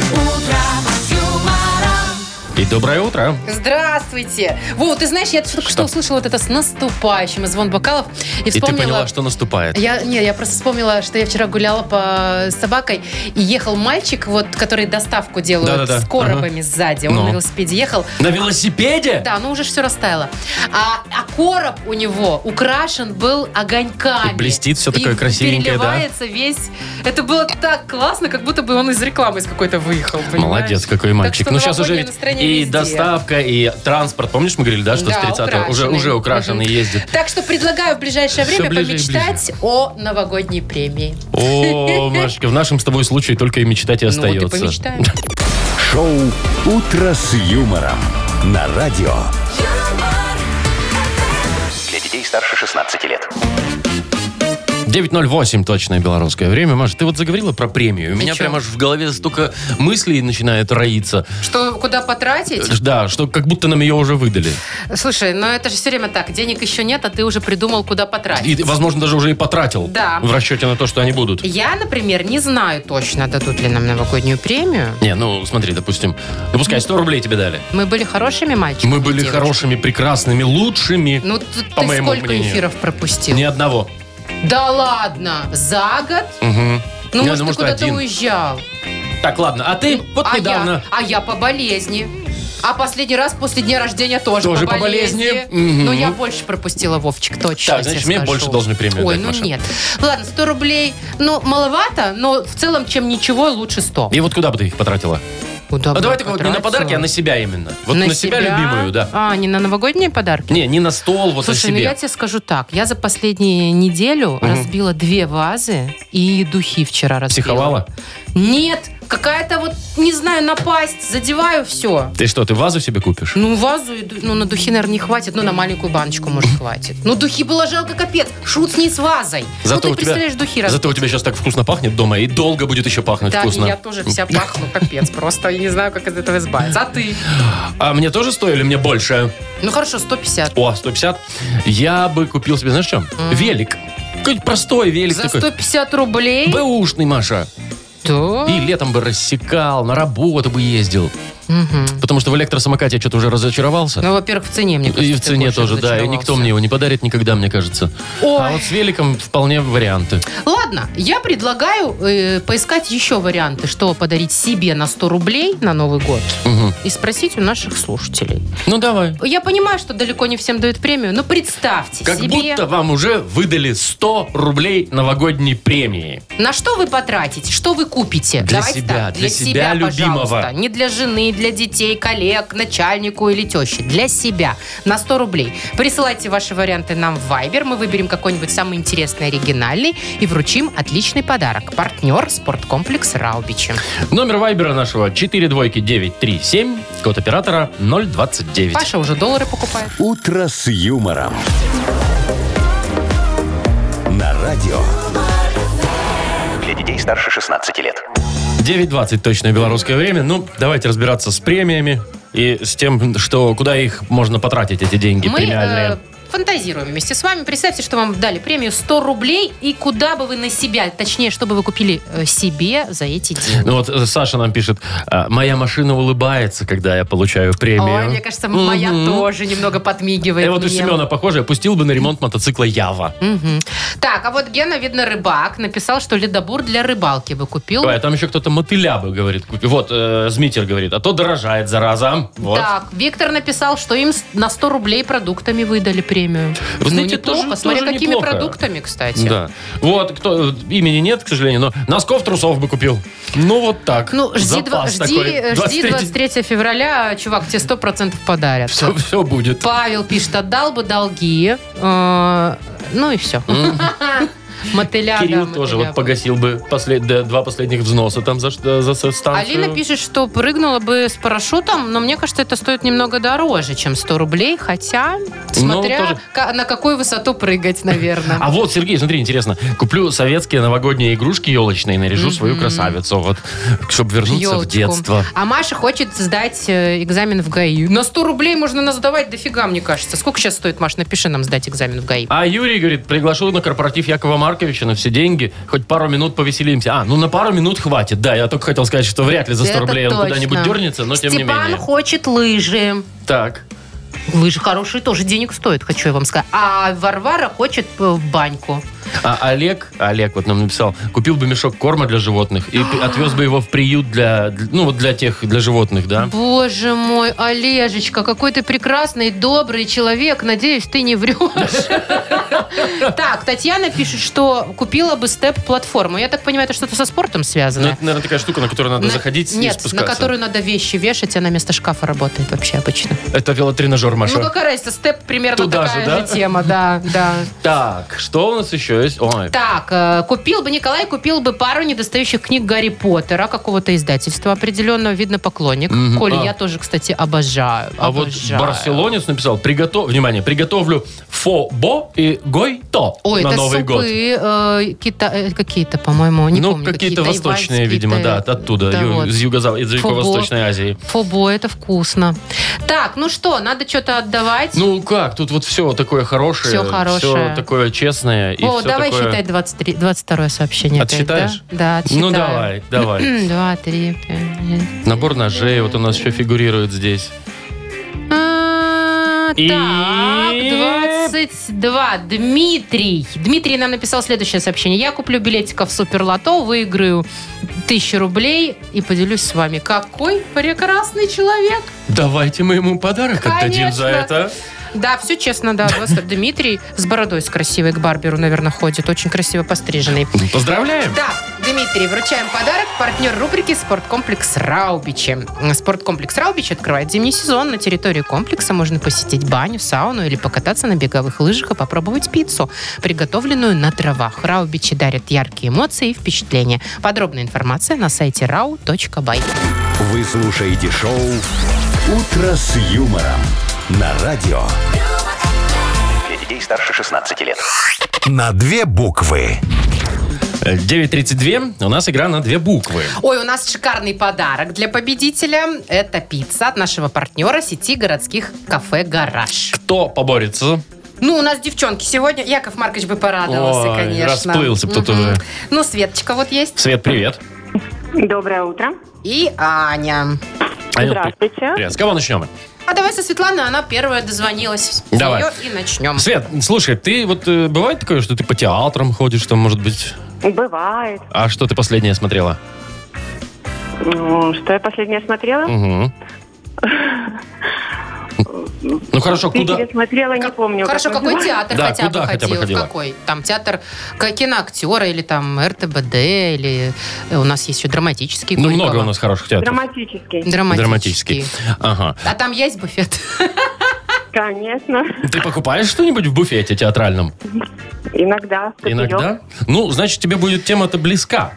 [SPEAKER 2] И доброе утро.
[SPEAKER 3] Здравствуйте! Вот, ты знаешь, я только что услышала вот это с наступающим и звон бокалов. И
[SPEAKER 2] И ты
[SPEAKER 3] вспомнила...
[SPEAKER 2] поняла, что наступает.
[SPEAKER 3] Я, не, я просто вспомнила, что я вчера гуляла по с собакой, и ехал мальчик, вот, который доставку делают
[SPEAKER 2] Да-да-да,
[SPEAKER 3] с коробами сзади. Он
[SPEAKER 2] Ну.
[SPEAKER 3] на велосипеде ехал.
[SPEAKER 2] На велосипеде?
[SPEAKER 3] Да, ну уже все растаяло. А, а короб у него украшен был огоньками.
[SPEAKER 2] И блестит всё
[SPEAKER 3] И
[SPEAKER 2] такое красивенькое, да.
[SPEAKER 3] переливается весь. Это было так классно, как будто бы он из рекламы из какой-то выехал. понимаешь?
[SPEAKER 2] Молодец, какой мальчик.
[SPEAKER 3] что
[SPEAKER 2] Ну, сейчас уже
[SPEAKER 3] новогоднее
[SPEAKER 2] ведь
[SPEAKER 3] настроение
[SPEAKER 2] и
[SPEAKER 3] везде.
[SPEAKER 2] доставка, и транспорт. Помнишь, мы говорили, да, что
[SPEAKER 3] Да,
[SPEAKER 2] с 30 уже,
[SPEAKER 3] украшенный.
[SPEAKER 2] уже украшенный
[SPEAKER 3] Мгм.
[SPEAKER 2] ездит.
[SPEAKER 3] Так что предлагаю в ближайшее
[SPEAKER 2] Всё
[SPEAKER 3] время
[SPEAKER 2] ближе и
[SPEAKER 3] помечтать о новогодней премии.
[SPEAKER 2] О, Машечка, в нашем с тобой случае только и мечтать и
[SPEAKER 3] Ну, вот и
[SPEAKER 2] остается.
[SPEAKER 3] помечтаем.
[SPEAKER 1] Шоу «Утро с юмором» на радио.
[SPEAKER 4] Для детей старше 16 лет.
[SPEAKER 2] 9.08 точное белорусское время. Маша, ты вот заговорила про премию. У меня
[SPEAKER 3] чё?
[SPEAKER 2] прям аж в голове столько мыслей начинает роиться.
[SPEAKER 3] Что, куда потратить?
[SPEAKER 2] Да, что как будто нам ее уже выдали.
[SPEAKER 3] Слушай, но это же все время так. Денег еще нет, а ты уже придумал, куда потратить.
[SPEAKER 2] И, возможно, даже уже и потратил.
[SPEAKER 3] Да.
[SPEAKER 2] В расчете на то, что они будут.
[SPEAKER 3] Я, например, не знаю точно, дадут ли нам новогоднюю премию.
[SPEAKER 2] Не, ну смотри, допустим, допускай 100 рублей тебе дали.
[SPEAKER 3] Мы были хорошими мальчиками.
[SPEAKER 2] Мы были
[SPEAKER 3] девочками?
[SPEAKER 2] хорошими, прекрасными, лучшими.
[SPEAKER 3] Ну, т-
[SPEAKER 2] по
[SPEAKER 3] ты
[SPEAKER 2] моему
[SPEAKER 3] сколько
[SPEAKER 2] мнению.
[SPEAKER 3] эфиров пропустил?
[SPEAKER 2] Ни одного.
[SPEAKER 3] Да ладно, за год?
[SPEAKER 2] Мгм.
[SPEAKER 3] Ну,
[SPEAKER 2] Не,
[SPEAKER 3] может,
[SPEAKER 2] ну,
[SPEAKER 3] ты куда-то уезжал.
[SPEAKER 2] Так, ладно, а ты вот
[SPEAKER 3] а,
[SPEAKER 2] недавно...
[SPEAKER 3] я, а я по болезни. А последний раз после дня рождения тоже,
[SPEAKER 2] Тоже по болезни. Мгм.
[SPEAKER 3] Но я больше пропустила, Вовчик, точно.
[SPEAKER 2] Так, значит,
[SPEAKER 3] тебе
[SPEAKER 2] мне
[SPEAKER 3] скажу.
[SPEAKER 2] больше должны премию
[SPEAKER 3] Ой,
[SPEAKER 2] дать,
[SPEAKER 3] ну
[SPEAKER 2] Маша.
[SPEAKER 3] нет. Ладно, 100 рублей, ну, маловато, но в целом, чем ничего, лучше 100.
[SPEAKER 2] И вот куда бы ты их потратила?
[SPEAKER 3] Куда
[SPEAKER 2] а
[SPEAKER 3] бы
[SPEAKER 2] давай
[SPEAKER 3] я
[SPEAKER 2] так вот не на
[SPEAKER 3] потратила?
[SPEAKER 2] подарки, а на себя именно. Вот на, себя, любимую, да.
[SPEAKER 3] А, не на новогодние подарки?
[SPEAKER 2] Не, не на стол, вот
[SPEAKER 3] Слушай,
[SPEAKER 2] на
[SPEAKER 3] ну
[SPEAKER 2] себе.
[SPEAKER 3] я тебе скажу так. Я за последнюю неделю разбила две вазы и духи вчера разбила.
[SPEAKER 2] Психовала?
[SPEAKER 3] Нет, какая-то вот, не знаю, напасть, задеваю все.
[SPEAKER 2] Ты что, ты вазу себе купишь?
[SPEAKER 3] Ну, вазу, и ду- ну, на духи, наверное, не хватит, но на маленькую баночку, может, хватит. Ну, духи было жалко, капец. Шут с ней с вазой. ну, ты представляешь, духи раз.
[SPEAKER 2] Зато у тебя сейчас так вкусно пахнет дома, и долго будет еще пахнуть
[SPEAKER 3] Да,
[SPEAKER 2] вкусно.
[SPEAKER 3] и я тоже вся пахну, капец, просто я не знаю, как от этого избавиться. А ты?
[SPEAKER 2] А мне тоже стоили, мне больше?
[SPEAKER 3] Ну, хорошо, 150.
[SPEAKER 2] О, 150. Я бы купил себе, знаешь, что? Велик. Какой-нибудь простой велик
[SPEAKER 3] За
[SPEAKER 2] такой.
[SPEAKER 3] 150 рублей?
[SPEAKER 2] Бэушный, Маша.
[SPEAKER 3] Да.
[SPEAKER 2] И летом бы рассекал, на работу бы ездил.
[SPEAKER 3] Мгм.
[SPEAKER 2] Потому что в электросамокате я что-то уже разочаровался.
[SPEAKER 3] Ну, во-первых, в цене мне
[SPEAKER 2] и
[SPEAKER 3] кажется,
[SPEAKER 2] в
[SPEAKER 3] ты
[SPEAKER 2] цене
[SPEAKER 3] больше
[SPEAKER 2] тоже, да. И никто
[SPEAKER 3] разочаровался.
[SPEAKER 2] мне его не подарит никогда, мне кажется. А
[SPEAKER 3] Ой.
[SPEAKER 2] вот с великом вполне варианты.
[SPEAKER 3] Ладно, я предлагаю э, поискать еще варианты, что подарить себе на 100 рублей на Новый год
[SPEAKER 2] Мгм.
[SPEAKER 3] и спросить у наших слушателей.
[SPEAKER 2] Ну, давай.
[SPEAKER 3] Я понимаю, что далеко не всем дают премию, но представьте
[SPEAKER 2] Как
[SPEAKER 3] себе,
[SPEAKER 2] будто вам уже выдали 100 рублей новогодней премии.
[SPEAKER 3] на что вы потратите, что вы купите.
[SPEAKER 2] Для
[SPEAKER 3] Давайте
[SPEAKER 2] себя,
[SPEAKER 3] так,
[SPEAKER 2] для
[SPEAKER 3] для
[SPEAKER 2] себя
[SPEAKER 3] себя, пожалуйста.
[SPEAKER 2] любимого.
[SPEAKER 3] Не для жены, для детей, коллег, начальнику или тещи. Для себя. На 100 рублей. Присылайте ваши варианты нам в Viber. Мы выберем какой-нибудь самый интересный, оригинальный и вручим отличный подарок. Партнер спорткомплекс Раубичи.
[SPEAKER 2] Номер вайбера нашего 4 двойки 937, код оператора 029.
[SPEAKER 3] Паша уже доллары покупает.
[SPEAKER 1] «Утро с юмором». На радио.
[SPEAKER 4] Для детей старше 16 лет.
[SPEAKER 2] 9.20 точное белорусское время. Ну, давайте разбираться с премиями и с тем, что куда их можно потратить, эти деньги
[SPEAKER 3] Мы
[SPEAKER 2] премиальные.
[SPEAKER 3] э, фантазируем вместе с вами. Представьте, что вам дали премию 100 рублей, и куда бы вы на себя, точнее, что бы вы купили э, себе за эти деньги.
[SPEAKER 2] Ну вот э, Саша нам пишет, а, моя машина улыбается, когда я получаю премию.
[SPEAKER 3] Ой, мне кажется, моя
[SPEAKER 2] Мгм.
[SPEAKER 3] тоже немного подмигивает
[SPEAKER 2] Э, вот у
[SPEAKER 3] мне.
[SPEAKER 2] Семена похоже, пустил бы на ремонт мотоцикла Ява.
[SPEAKER 3] Мгм. Так, а вот Гена, видно, рыбак, написал, что ледобур для рыбалки бы купил.
[SPEAKER 2] Ой, а там еще кто-то мотыля бы, говорит, купи. Вот, э, Змитер говорит, а то дорожает, зараза. Вот.
[SPEAKER 3] Так, Виктор написал, что им с- на 100 рублей продуктами выдали премию.
[SPEAKER 2] Вы знаете,
[SPEAKER 3] ну, неплохо.
[SPEAKER 2] тоже-
[SPEAKER 3] Смотря
[SPEAKER 2] тоже
[SPEAKER 3] какими
[SPEAKER 2] неплохо.
[SPEAKER 3] продуктами, кстати.
[SPEAKER 2] Да. Вот, кто, э, имени нет, к сожалению, но носков трусов бы купил. Ну, вот так.
[SPEAKER 3] Ну, жди, два-
[SPEAKER 2] Запас
[SPEAKER 3] жди,
[SPEAKER 2] такой.
[SPEAKER 3] э, жди 23 февраля, чувак, тебе 100% подарят.
[SPEAKER 2] Все, все будет.
[SPEAKER 3] Павел пишет, отдал бы долги. Э, Ну и все. Мотыля, да,
[SPEAKER 2] Кирилл
[SPEAKER 3] мотыля.
[SPEAKER 2] тоже вот погасил бы послед- да, два последних взноса там за, что- за со- станцию.
[SPEAKER 3] Алина пишет, что прыгнула бы с парашютом, но мне кажется, это стоит немного дороже, чем 100 рублей, хотя, смотря
[SPEAKER 2] Ну, тоже-
[SPEAKER 3] ка- на какую высоту прыгать, наверное.
[SPEAKER 2] А вот, Сергей, смотри, интересно. Куплю советские новогодние игрушки елочные, наряжу свою красавицу, вот, чтобы вернуться в
[SPEAKER 3] Ёлочку.
[SPEAKER 2] детство.
[SPEAKER 3] А Маша хочет сдать э, экзамен в ГАИ. На 100 рублей можно нас сдавать дофига, мне кажется. Сколько сейчас стоит, Маша, напиши нам сдать экзамен в ГАИ.
[SPEAKER 2] А Юрий говорит, приглашу на корпоратив Якова Марковича на все деньги, хоть пару минут повеселимся. А, ну на пару минут хватит, да, я только хотел сказать, что вряд ли за 100
[SPEAKER 3] Это
[SPEAKER 2] рублей он
[SPEAKER 3] точно.
[SPEAKER 2] куда-нибудь дернется, но тем не
[SPEAKER 3] Степан
[SPEAKER 2] менее.
[SPEAKER 3] хочет лыжи.
[SPEAKER 2] Так,
[SPEAKER 3] Лыжи хорошие тоже денег стоят, хочу я вам сказать. А Варвара хочет э, в баньку.
[SPEAKER 2] а Олег, Олег вот нам написал, купил бы мешок корма для животных и пи- отвез бы его в приют для, для- ну вот для тех, для животных, да.
[SPEAKER 3] Боже мой, Олежечка, какой ты прекрасный, добрый человек. Надеюсь, ты не врешь. Так, Татьяна пишет, что купила бы степ-платформу. Я так понимаю, это что-то со спортом
[SPEAKER 2] Ну,
[SPEAKER 3] связано.
[SPEAKER 2] это, наверное, такая штука, на которую надо
[SPEAKER 3] На-
[SPEAKER 2] заходить и
[SPEAKER 3] Нет, на
[SPEAKER 2] спускаться.
[SPEAKER 3] которую надо вещи вешать, она вместо шкафа работает вообще обычно.
[SPEAKER 2] Это велотренажер, Маша.
[SPEAKER 3] Ну, какая разница, степ примерно
[SPEAKER 2] Туда
[SPEAKER 3] такая
[SPEAKER 2] же, да?
[SPEAKER 3] же тема, да, да.
[SPEAKER 2] Так, что у нас еще есть? Ой,
[SPEAKER 3] Так, э, купил бы Николай, купил бы пару недостающих книг Гарри Поттера, какого-то издательства определенного, видно, поклонник.
[SPEAKER 2] Мгм.
[SPEAKER 3] Коля,
[SPEAKER 2] А.
[SPEAKER 3] я тоже, кстати, обожаю.
[SPEAKER 2] А вот
[SPEAKER 3] обожаю.
[SPEAKER 2] Барселонец написал, приготов... внимание, приготовлю фо-бо и гой-то
[SPEAKER 3] Ой,
[SPEAKER 2] на
[SPEAKER 3] это
[SPEAKER 2] Новый
[SPEAKER 3] супы
[SPEAKER 2] год.
[SPEAKER 3] э, кита- э, какие-то, по-моему, не
[SPEAKER 2] ну,
[SPEAKER 3] помню.
[SPEAKER 2] какие-то
[SPEAKER 3] какие,
[SPEAKER 2] восточные,
[SPEAKER 3] тайваньские,
[SPEAKER 2] видимо, да,
[SPEAKER 3] та-
[SPEAKER 2] оттуда,
[SPEAKER 3] да,
[SPEAKER 2] ю-
[SPEAKER 3] вот.
[SPEAKER 2] из юго из Юго-Восточной Азии.
[SPEAKER 3] Фобо, это вкусно. Так, ну что, надо что-то отдавать?
[SPEAKER 2] Ну как, тут вот все такое хорошее,
[SPEAKER 3] Всё хорошее.
[SPEAKER 2] всё такое честное и
[SPEAKER 3] О,
[SPEAKER 2] всё
[SPEAKER 3] давай
[SPEAKER 2] такое-
[SPEAKER 3] считай 23, 22 сообщение. опять,
[SPEAKER 2] Отсчитаешь?
[SPEAKER 3] Да, да отсчитаю.
[SPEAKER 2] Ну давай, давай.
[SPEAKER 3] Два, три, пять, шесть.
[SPEAKER 2] Набор ножей вот у нас еще фигурирует здесь.
[SPEAKER 3] А,
[SPEAKER 2] И-
[SPEAKER 3] Так, 22. Дмитрий. Дмитрий нам написал следующее сообщение. Я куплю билетиков в Суперлото, выиграю тысячу рублей и поделюсь с вами. Какой прекрасный человек.
[SPEAKER 2] Давайте мы ему подарок отдадим
[SPEAKER 3] Конечно.
[SPEAKER 2] за это.
[SPEAKER 3] Да, все честно, да. 22. Дмитрий с бородой с красивой к барберу, наверное, ходит. Очень красиво постриженный.
[SPEAKER 2] Поздравляем.
[SPEAKER 3] Да, Дмитрий. Вручаем подарок. Партнер рубрики «Спорткомплекс Раубичи». Спорткомплекс Раубичи открывает зимний сезон. На территории комплекса можно посетить баню, сауну или покататься на беговых лыжах и попробовать пиццу, приготовленную на дровах. Раубичи дарят яркие эмоции и впечатления. Подробная информация на сайте rau.by.
[SPEAKER 1] Вы слушаете шоу «Утро с юмором» на радио.
[SPEAKER 4] Для детей старше 16 лет.
[SPEAKER 1] На две буквы.
[SPEAKER 2] 9.32. У нас игра на две буквы.
[SPEAKER 3] Ой, у нас шикарный подарок для победителя. Это пицца от нашего партнера сети городских кафе «Гараж».
[SPEAKER 2] Кто поборется?
[SPEAKER 3] Ну, у нас девчонки сегодня. Яков Маркович бы порадовался,
[SPEAKER 2] Ой,
[SPEAKER 3] конечно.
[SPEAKER 2] расплылся бы тут
[SPEAKER 3] Мгм.
[SPEAKER 2] уже.
[SPEAKER 3] Ну, Светочка вот есть.
[SPEAKER 2] Свет, привет.
[SPEAKER 8] Доброе утро.
[SPEAKER 3] И Аня.
[SPEAKER 2] Аня,
[SPEAKER 8] Здравствуйте.
[SPEAKER 2] А, ну, Привет. С кого начнем?
[SPEAKER 3] А давай со Светланой, она первая дозвонилась. С
[SPEAKER 2] Давай.
[SPEAKER 3] неё и начнем.
[SPEAKER 2] Свет, слушай, ты вот э, бывает такое, что ты по театрам ходишь, там, может быть?
[SPEAKER 8] Бывает.
[SPEAKER 2] А что ты последнее смотрела?
[SPEAKER 8] Ну, Что я последнее смотрела?
[SPEAKER 2] Мгм. Ну хорошо, куда?
[SPEAKER 8] Питере смотрела, не помню.
[SPEAKER 3] Хорошо,
[SPEAKER 8] как
[SPEAKER 3] какой
[SPEAKER 8] называется.
[SPEAKER 3] театр
[SPEAKER 2] Да,
[SPEAKER 3] хотя, бы
[SPEAKER 2] куда хотя бы
[SPEAKER 3] ходила?
[SPEAKER 2] ходила?
[SPEAKER 3] В какой? Там театр к- киноактера или там РТБД, или э, у нас есть еще драматический.
[SPEAKER 2] Ну
[SPEAKER 3] Горького.
[SPEAKER 2] много у нас хороших театров.
[SPEAKER 8] Драматический.
[SPEAKER 3] Драматический.
[SPEAKER 2] Драматический. Ага.
[SPEAKER 3] А там есть буфет?
[SPEAKER 8] Конечно.
[SPEAKER 2] Ты покупаешь что-нибудь в буфете театральном?
[SPEAKER 8] Иногда. купелек.
[SPEAKER 2] Иногда? Ну, значит, тебе будет тема-то близка.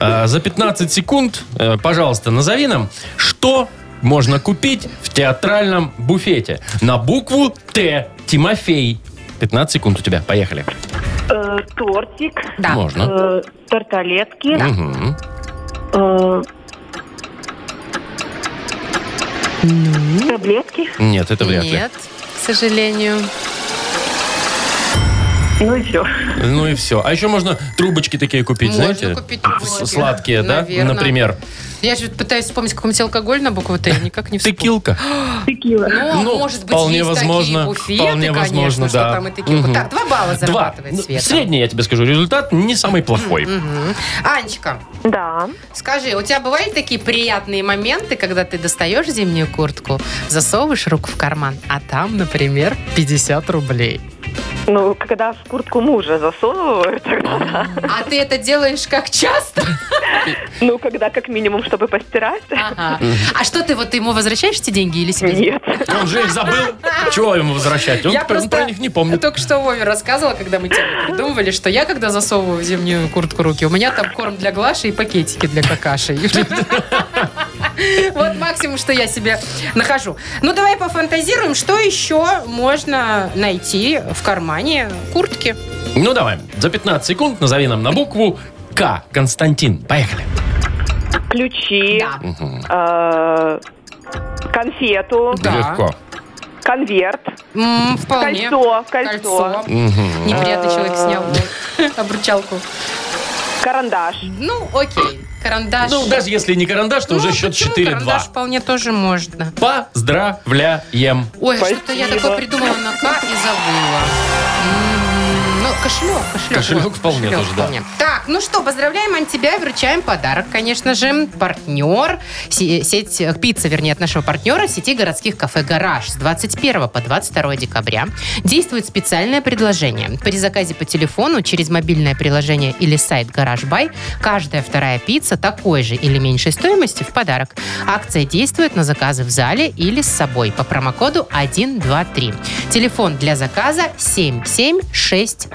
[SPEAKER 2] А, За 15 секунд, э, пожалуйста, назови нам, что можно купить в театральном буфете на букву Т. Тимофей. 15 секунд у тебя. Поехали.
[SPEAKER 8] Э, тортик.
[SPEAKER 3] Да.
[SPEAKER 2] Можно.
[SPEAKER 8] э, тарталетки.
[SPEAKER 2] Мгм. Ну.
[SPEAKER 8] э, Таблетки.
[SPEAKER 2] Нет, это вряд ли.
[SPEAKER 3] Нет, к сожалению.
[SPEAKER 8] Ну и все.
[SPEAKER 2] Ну и все. А еще можно трубочки такие купить,
[SPEAKER 3] Можно
[SPEAKER 2] знаете?
[SPEAKER 3] купить
[SPEAKER 2] С-
[SPEAKER 3] трубочки.
[SPEAKER 2] Сладкие, да?
[SPEAKER 3] Наверно.
[SPEAKER 2] Например,
[SPEAKER 3] Я же пытаюсь вспомнить, какой-нибудь алкоголь на букву Т, я никак не вспомню.
[SPEAKER 2] текилка.
[SPEAKER 8] Текила.
[SPEAKER 3] Ну,
[SPEAKER 2] Ну,
[SPEAKER 3] может быть,
[SPEAKER 2] вполне
[SPEAKER 3] есть
[SPEAKER 2] возможно,
[SPEAKER 3] такие буфеты,
[SPEAKER 2] вполне
[SPEAKER 3] конечно,
[SPEAKER 2] возможно,
[SPEAKER 3] что
[SPEAKER 2] да.
[SPEAKER 3] там и такие.
[SPEAKER 2] Мгм.
[SPEAKER 3] вот Так, два балла
[SPEAKER 2] Два.
[SPEAKER 3] зарабатывает
[SPEAKER 2] Ну,
[SPEAKER 3] Света.
[SPEAKER 2] Средний, я тебе скажу, результат не самый плохой.
[SPEAKER 3] Анечка,
[SPEAKER 8] Да.
[SPEAKER 3] скажи, у тебя бывали такие приятные моменты, когда ты достаешь зимнюю куртку, засовываешь руку в карман, а там, например, 50 рублей.
[SPEAKER 8] Ну, когда в куртку мужа засовываю, тогда да.
[SPEAKER 3] А ты это делаешь как часто?
[SPEAKER 8] Ну, когда как минимум, чтобы постирать.
[SPEAKER 3] Ага. А что ты, вот ему возвращаешь эти деньги или себе?
[SPEAKER 8] Нет.
[SPEAKER 2] Он же их забыл. Чего ему возвращать? Он
[SPEAKER 3] Я
[SPEAKER 2] про- он
[SPEAKER 3] просто-
[SPEAKER 2] про них не
[SPEAKER 3] Я
[SPEAKER 2] помнит.
[SPEAKER 3] только что Вове рассказывала, когда мы тему придумывали, что я, когда засовываю в зимнюю куртку руки, у меня там корм для Глаши и пакетики для какаши. Вот максимум, что я себе нахожу. Ну, давай пофантазируем, что еще можно найти в кармане куртки.
[SPEAKER 2] Ну давай, за 15 секунд назови нам на букву К. Константин. Поехали.
[SPEAKER 8] Ключи.
[SPEAKER 3] Да.
[SPEAKER 8] э, Конфету.
[SPEAKER 3] Да.
[SPEAKER 2] Легко.
[SPEAKER 8] Конверт.
[SPEAKER 3] М, Вполне.
[SPEAKER 8] Кольцо.
[SPEAKER 3] Кольцо.
[SPEAKER 8] Кольцо.
[SPEAKER 2] Мгм.
[SPEAKER 3] Неприятный человек снял обручалку.
[SPEAKER 8] Карандаш.
[SPEAKER 3] Ну, окей. Карандаш.
[SPEAKER 2] Ну, даже если не карандаш, то
[SPEAKER 3] Ну,
[SPEAKER 2] уже счет
[SPEAKER 3] почему
[SPEAKER 2] 4-2.
[SPEAKER 3] Карандаш вполне тоже можно.
[SPEAKER 2] Поздравляем.
[SPEAKER 3] Ой, что-то я
[SPEAKER 8] Спасибо.
[SPEAKER 3] такое придумала на К и забыла. М, Ну, кошелек, кошелек.
[SPEAKER 2] Кошелек вполне тоже, да.
[SPEAKER 3] Так, ну что, поздравляем от тебя, вручаем подарок, конечно же. Партнер, се- сеть, э, пицца, вернее, от нашего партнера, сети городских кафе «Гараж» с 21 по 22 декабря действует специальное предложение. При заказе по телефону, через мобильное приложение или сайт «Гаражбай» каждая вторая пицца такой же или меньшей стоимости в подарок. Акция действует на заказы в зале или с собой по промокоду 123. Телефон для заказа 7767.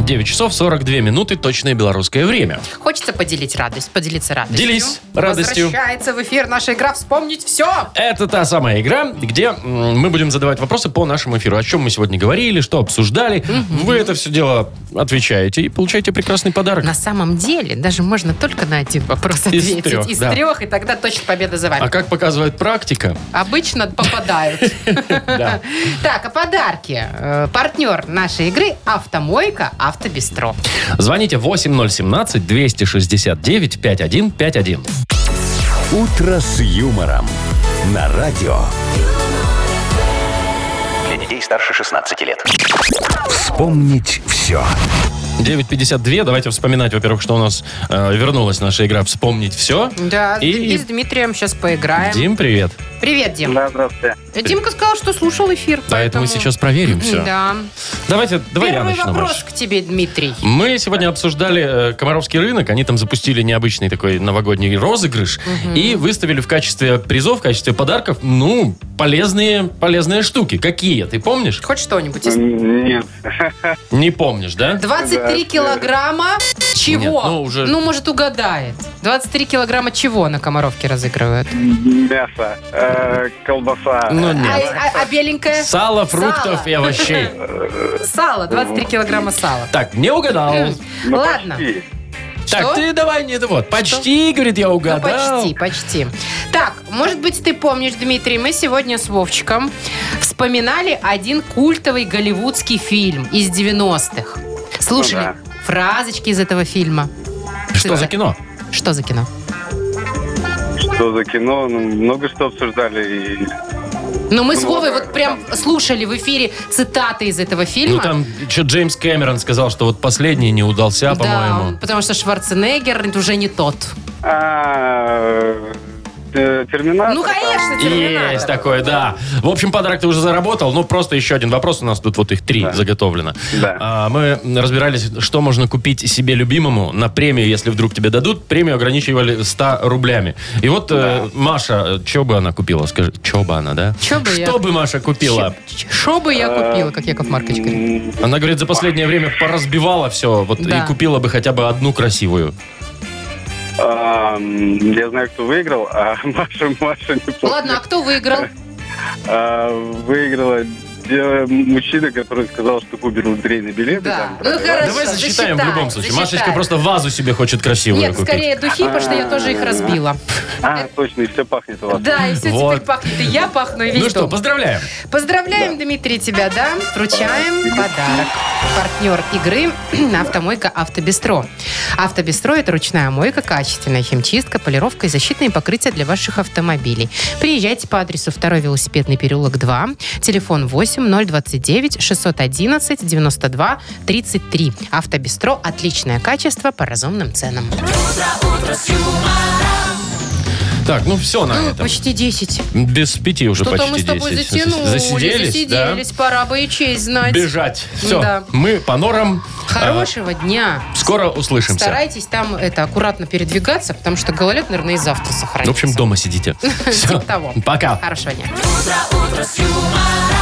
[SPEAKER 2] 9 часов 42 минуты, точное белорусское время.
[SPEAKER 3] Хочется поделить радость, поделиться радостью.
[SPEAKER 2] Делись радостью.
[SPEAKER 3] Возвращается в эфир наша игра «Вспомнить все».
[SPEAKER 2] Это та самая игра, где м, мы будем задавать вопросы по нашему эфиру. О чем мы сегодня говорили, что обсуждали. Вы это все дело отвечаете и получаете прекрасный подарок.
[SPEAKER 3] На самом деле, даже можно только на один вопрос ответить.
[SPEAKER 2] трех,
[SPEAKER 3] Из
[SPEAKER 2] да.
[SPEAKER 3] трех, и тогда точно победа за вами.
[SPEAKER 2] А как показывает практика,
[SPEAKER 3] Обычно попадают.
[SPEAKER 2] да,
[SPEAKER 3] Так, а подарки. Э, Партнер нашей игры «Автомойка Автобестро».
[SPEAKER 2] звоните 8017-269-5151.
[SPEAKER 1] «Утро с юмором». На радио.
[SPEAKER 4] Для детей старше 16 лет.
[SPEAKER 1] Вспомнить все.
[SPEAKER 2] 9.52. Давайте вспоминать, во-первых, что у нас э, вернулась наша игра «Вспомнить все».
[SPEAKER 3] Да,
[SPEAKER 2] И-
[SPEAKER 3] и, с Дмитрием сейчас поиграем.
[SPEAKER 2] Дим, привет.
[SPEAKER 3] Привет, Дим.
[SPEAKER 6] Да, здравствуйте.
[SPEAKER 3] Э, Димка сказал, что слушал эфир.
[SPEAKER 2] Да, это мы
[SPEAKER 3] поэтому-
[SPEAKER 2] сейчас проверим все.
[SPEAKER 3] Да.
[SPEAKER 2] Давайте, давай я
[SPEAKER 3] Первый
[SPEAKER 2] начну,
[SPEAKER 3] вопрос
[SPEAKER 2] Маш.
[SPEAKER 3] к тебе, Дмитрий.
[SPEAKER 2] Мы сегодня обсуждали э, Комаровский рынок, они там запустили необычный такой новогодний розыгрыш и выставили в качестве призов, в качестве подарков, ну, полезные, полезные штуки. Какие, ты помнишь?
[SPEAKER 3] Хоть что-нибудь из...
[SPEAKER 6] Нет.
[SPEAKER 2] Не помнишь, да?
[SPEAKER 3] 23 килограмма чего?
[SPEAKER 2] Нет, ну, уже-
[SPEAKER 3] может, угадает. 23 килограмма чего на Комаровке разыгрывают?
[SPEAKER 6] Мясо, э, колбаса,
[SPEAKER 2] Ну,
[SPEAKER 3] А,
[SPEAKER 2] нет.
[SPEAKER 3] а- а беленькое?
[SPEAKER 2] Сало, фруктов и овощей.
[SPEAKER 3] Сало, 23 килограмма сала.
[SPEAKER 2] Так, не угадал.
[SPEAKER 6] Ну,
[SPEAKER 3] Ладно.
[SPEAKER 6] почти.
[SPEAKER 2] Так,
[SPEAKER 3] Что?
[SPEAKER 2] ты давай не... Вот, почти, говорит, я
[SPEAKER 3] Ну,
[SPEAKER 2] угадал.
[SPEAKER 3] почти, почти. Так, может быть, ты помнишь, Дмитрий, мы сегодня с Вовчиком вспоминали один культовый голливудский фильм из 90-х. Слушали
[SPEAKER 6] Ну
[SPEAKER 3] фразочки из этого фильма.
[SPEAKER 2] Что за кино?
[SPEAKER 3] Что за кино?
[SPEAKER 6] Что за кино? Ну, много что обсуждали. и-
[SPEAKER 3] Ну, мы с
[SPEAKER 6] Ну,
[SPEAKER 3] Вовой
[SPEAKER 6] да,
[SPEAKER 3] вот прям слушали в эфире цитаты из этого фильма.
[SPEAKER 2] Ну, там еще Джеймс Кэмерон сказал, что вот последний не удался,
[SPEAKER 3] да,
[SPEAKER 2] по-моему.
[SPEAKER 3] он- потому что Шварценеггер уже не тот.
[SPEAKER 6] А, э, Терминатор.
[SPEAKER 3] Ну,
[SPEAKER 6] там.
[SPEAKER 3] конечно, терминатор.
[SPEAKER 2] Есть такое, да. В общем, подарок ты уже заработал. Ну, просто еще один вопрос. У нас тут вот их три заготовлено.
[SPEAKER 6] Да.
[SPEAKER 2] А, мы разбирались, что можно купить себе любимому на премию, если вдруг тебе дадут. Премию ограничивали 100 рублями. И вот э, Маша, что бы она купила? Скажи, что бы она, да?
[SPEAKER 3] Чё бы я-
[SPEAKER 2] Что бы Маша купила?
[SPEAKER 3] Что бы я
[SPEAKER 6] Э,
[SPEAKER 3] купила, как Яков Маркович говорит?
[SPEAKER 6] М,
[SPEAKER 2] Она говорит, за последнее время поразбивала все вот,
[SPEAKER 3] Да.
[SPEAKER 2] и купила бы хотя бы одну красивую.
[SPEAKER 6] а, м, Я знаю, кто выиграл, а Маша, Маша не помню.
[SPEAKER 3] Ладно, а кто выиграл?
[SPEAKER 6] А, выиграла де- мужчина, который сказал, что купил лотерейный билет. и
[SPEAKER 3] Да.
[SPEAKER 6] там
[SPEAKER 3] Ну,
[SPEAKER 6] продал.
[SPEAKER 3] хорошо,
[SPEAKER 2] Давай засчитаем в
[SPEAKER 3] засчитай,
[SPEAKER 2] любом случае.
[SPEAKER 3] засчитай.
[SPEAKER 2] Машечка просто вазу себе хочет красивую
[SPEAKER 3] Нет,
[SPEAKER 2] купить.
[SPEAKER 3] скорее духи, потому что я тоже их разбила.
[SPEAKER 6] А, точно, и все пахнет у вас.
[SPEAKER 3] Да, и все
[SPEAKER 2] Вот.
[SPEAKER 3] теперь пахнет. И я пахну, и весь
[SPEAKER 2] Ну что,
[SPEAKER 3] дом.
[SPEAKER 2] поздравляем.
[SPEAKER 3] Поздравляем, Дмитрий, тебя, да? Вручаем подарок. Партнер игры «Автомойка Автобестро». «Автобестро» — это ручная мойка, качественная химчистка, полировка и защитные покрытия для ваших автомобилей. Приезжайте по адресу 2 велосипедный переулок 2, телефон 8 029 611 92 33. «Автобестро» — отличное качество по разумным ценам.
[SPEAKER 2] Так, ну все на этом.
[SPEAKER 3] Почти 10.
[SPEAKER 2] Без пяти уже
[SPEAKER 3] Что-то
[SPEAKER 2] Ну, почти
[SPEAKER 3] мы с тобой
[SPEAKER 2] 10.
[SPEAKER 3] затянули,
[SPEAKER 2] Засиделись, да?
[SPEAKER 3] засиделись. Пора бы и честь знать.
[SPEAKER 2] Бежать. Все,
[SPEAKER 3] Да.
[SPEAKER 2] мы по норам.
[SPEAKER 3] Хорошего дня.
[SPEAKER 2] А, скоро услышимся.
[SPEAKER 3] Старайтесь там это аккуратно передвигаться, потому что гололед, наверное, и завтра
[SPEAKER 2] В
[SPEAKER 3] сохранится.
[SPEAKER 2] общем, дома сидите. Все,
[SPEAKER 3] Типа того.
[SPEAKER 2] пока.
[SPEAKER 3] Хорошего дня.
[SPEAKER 10] утро с юмором.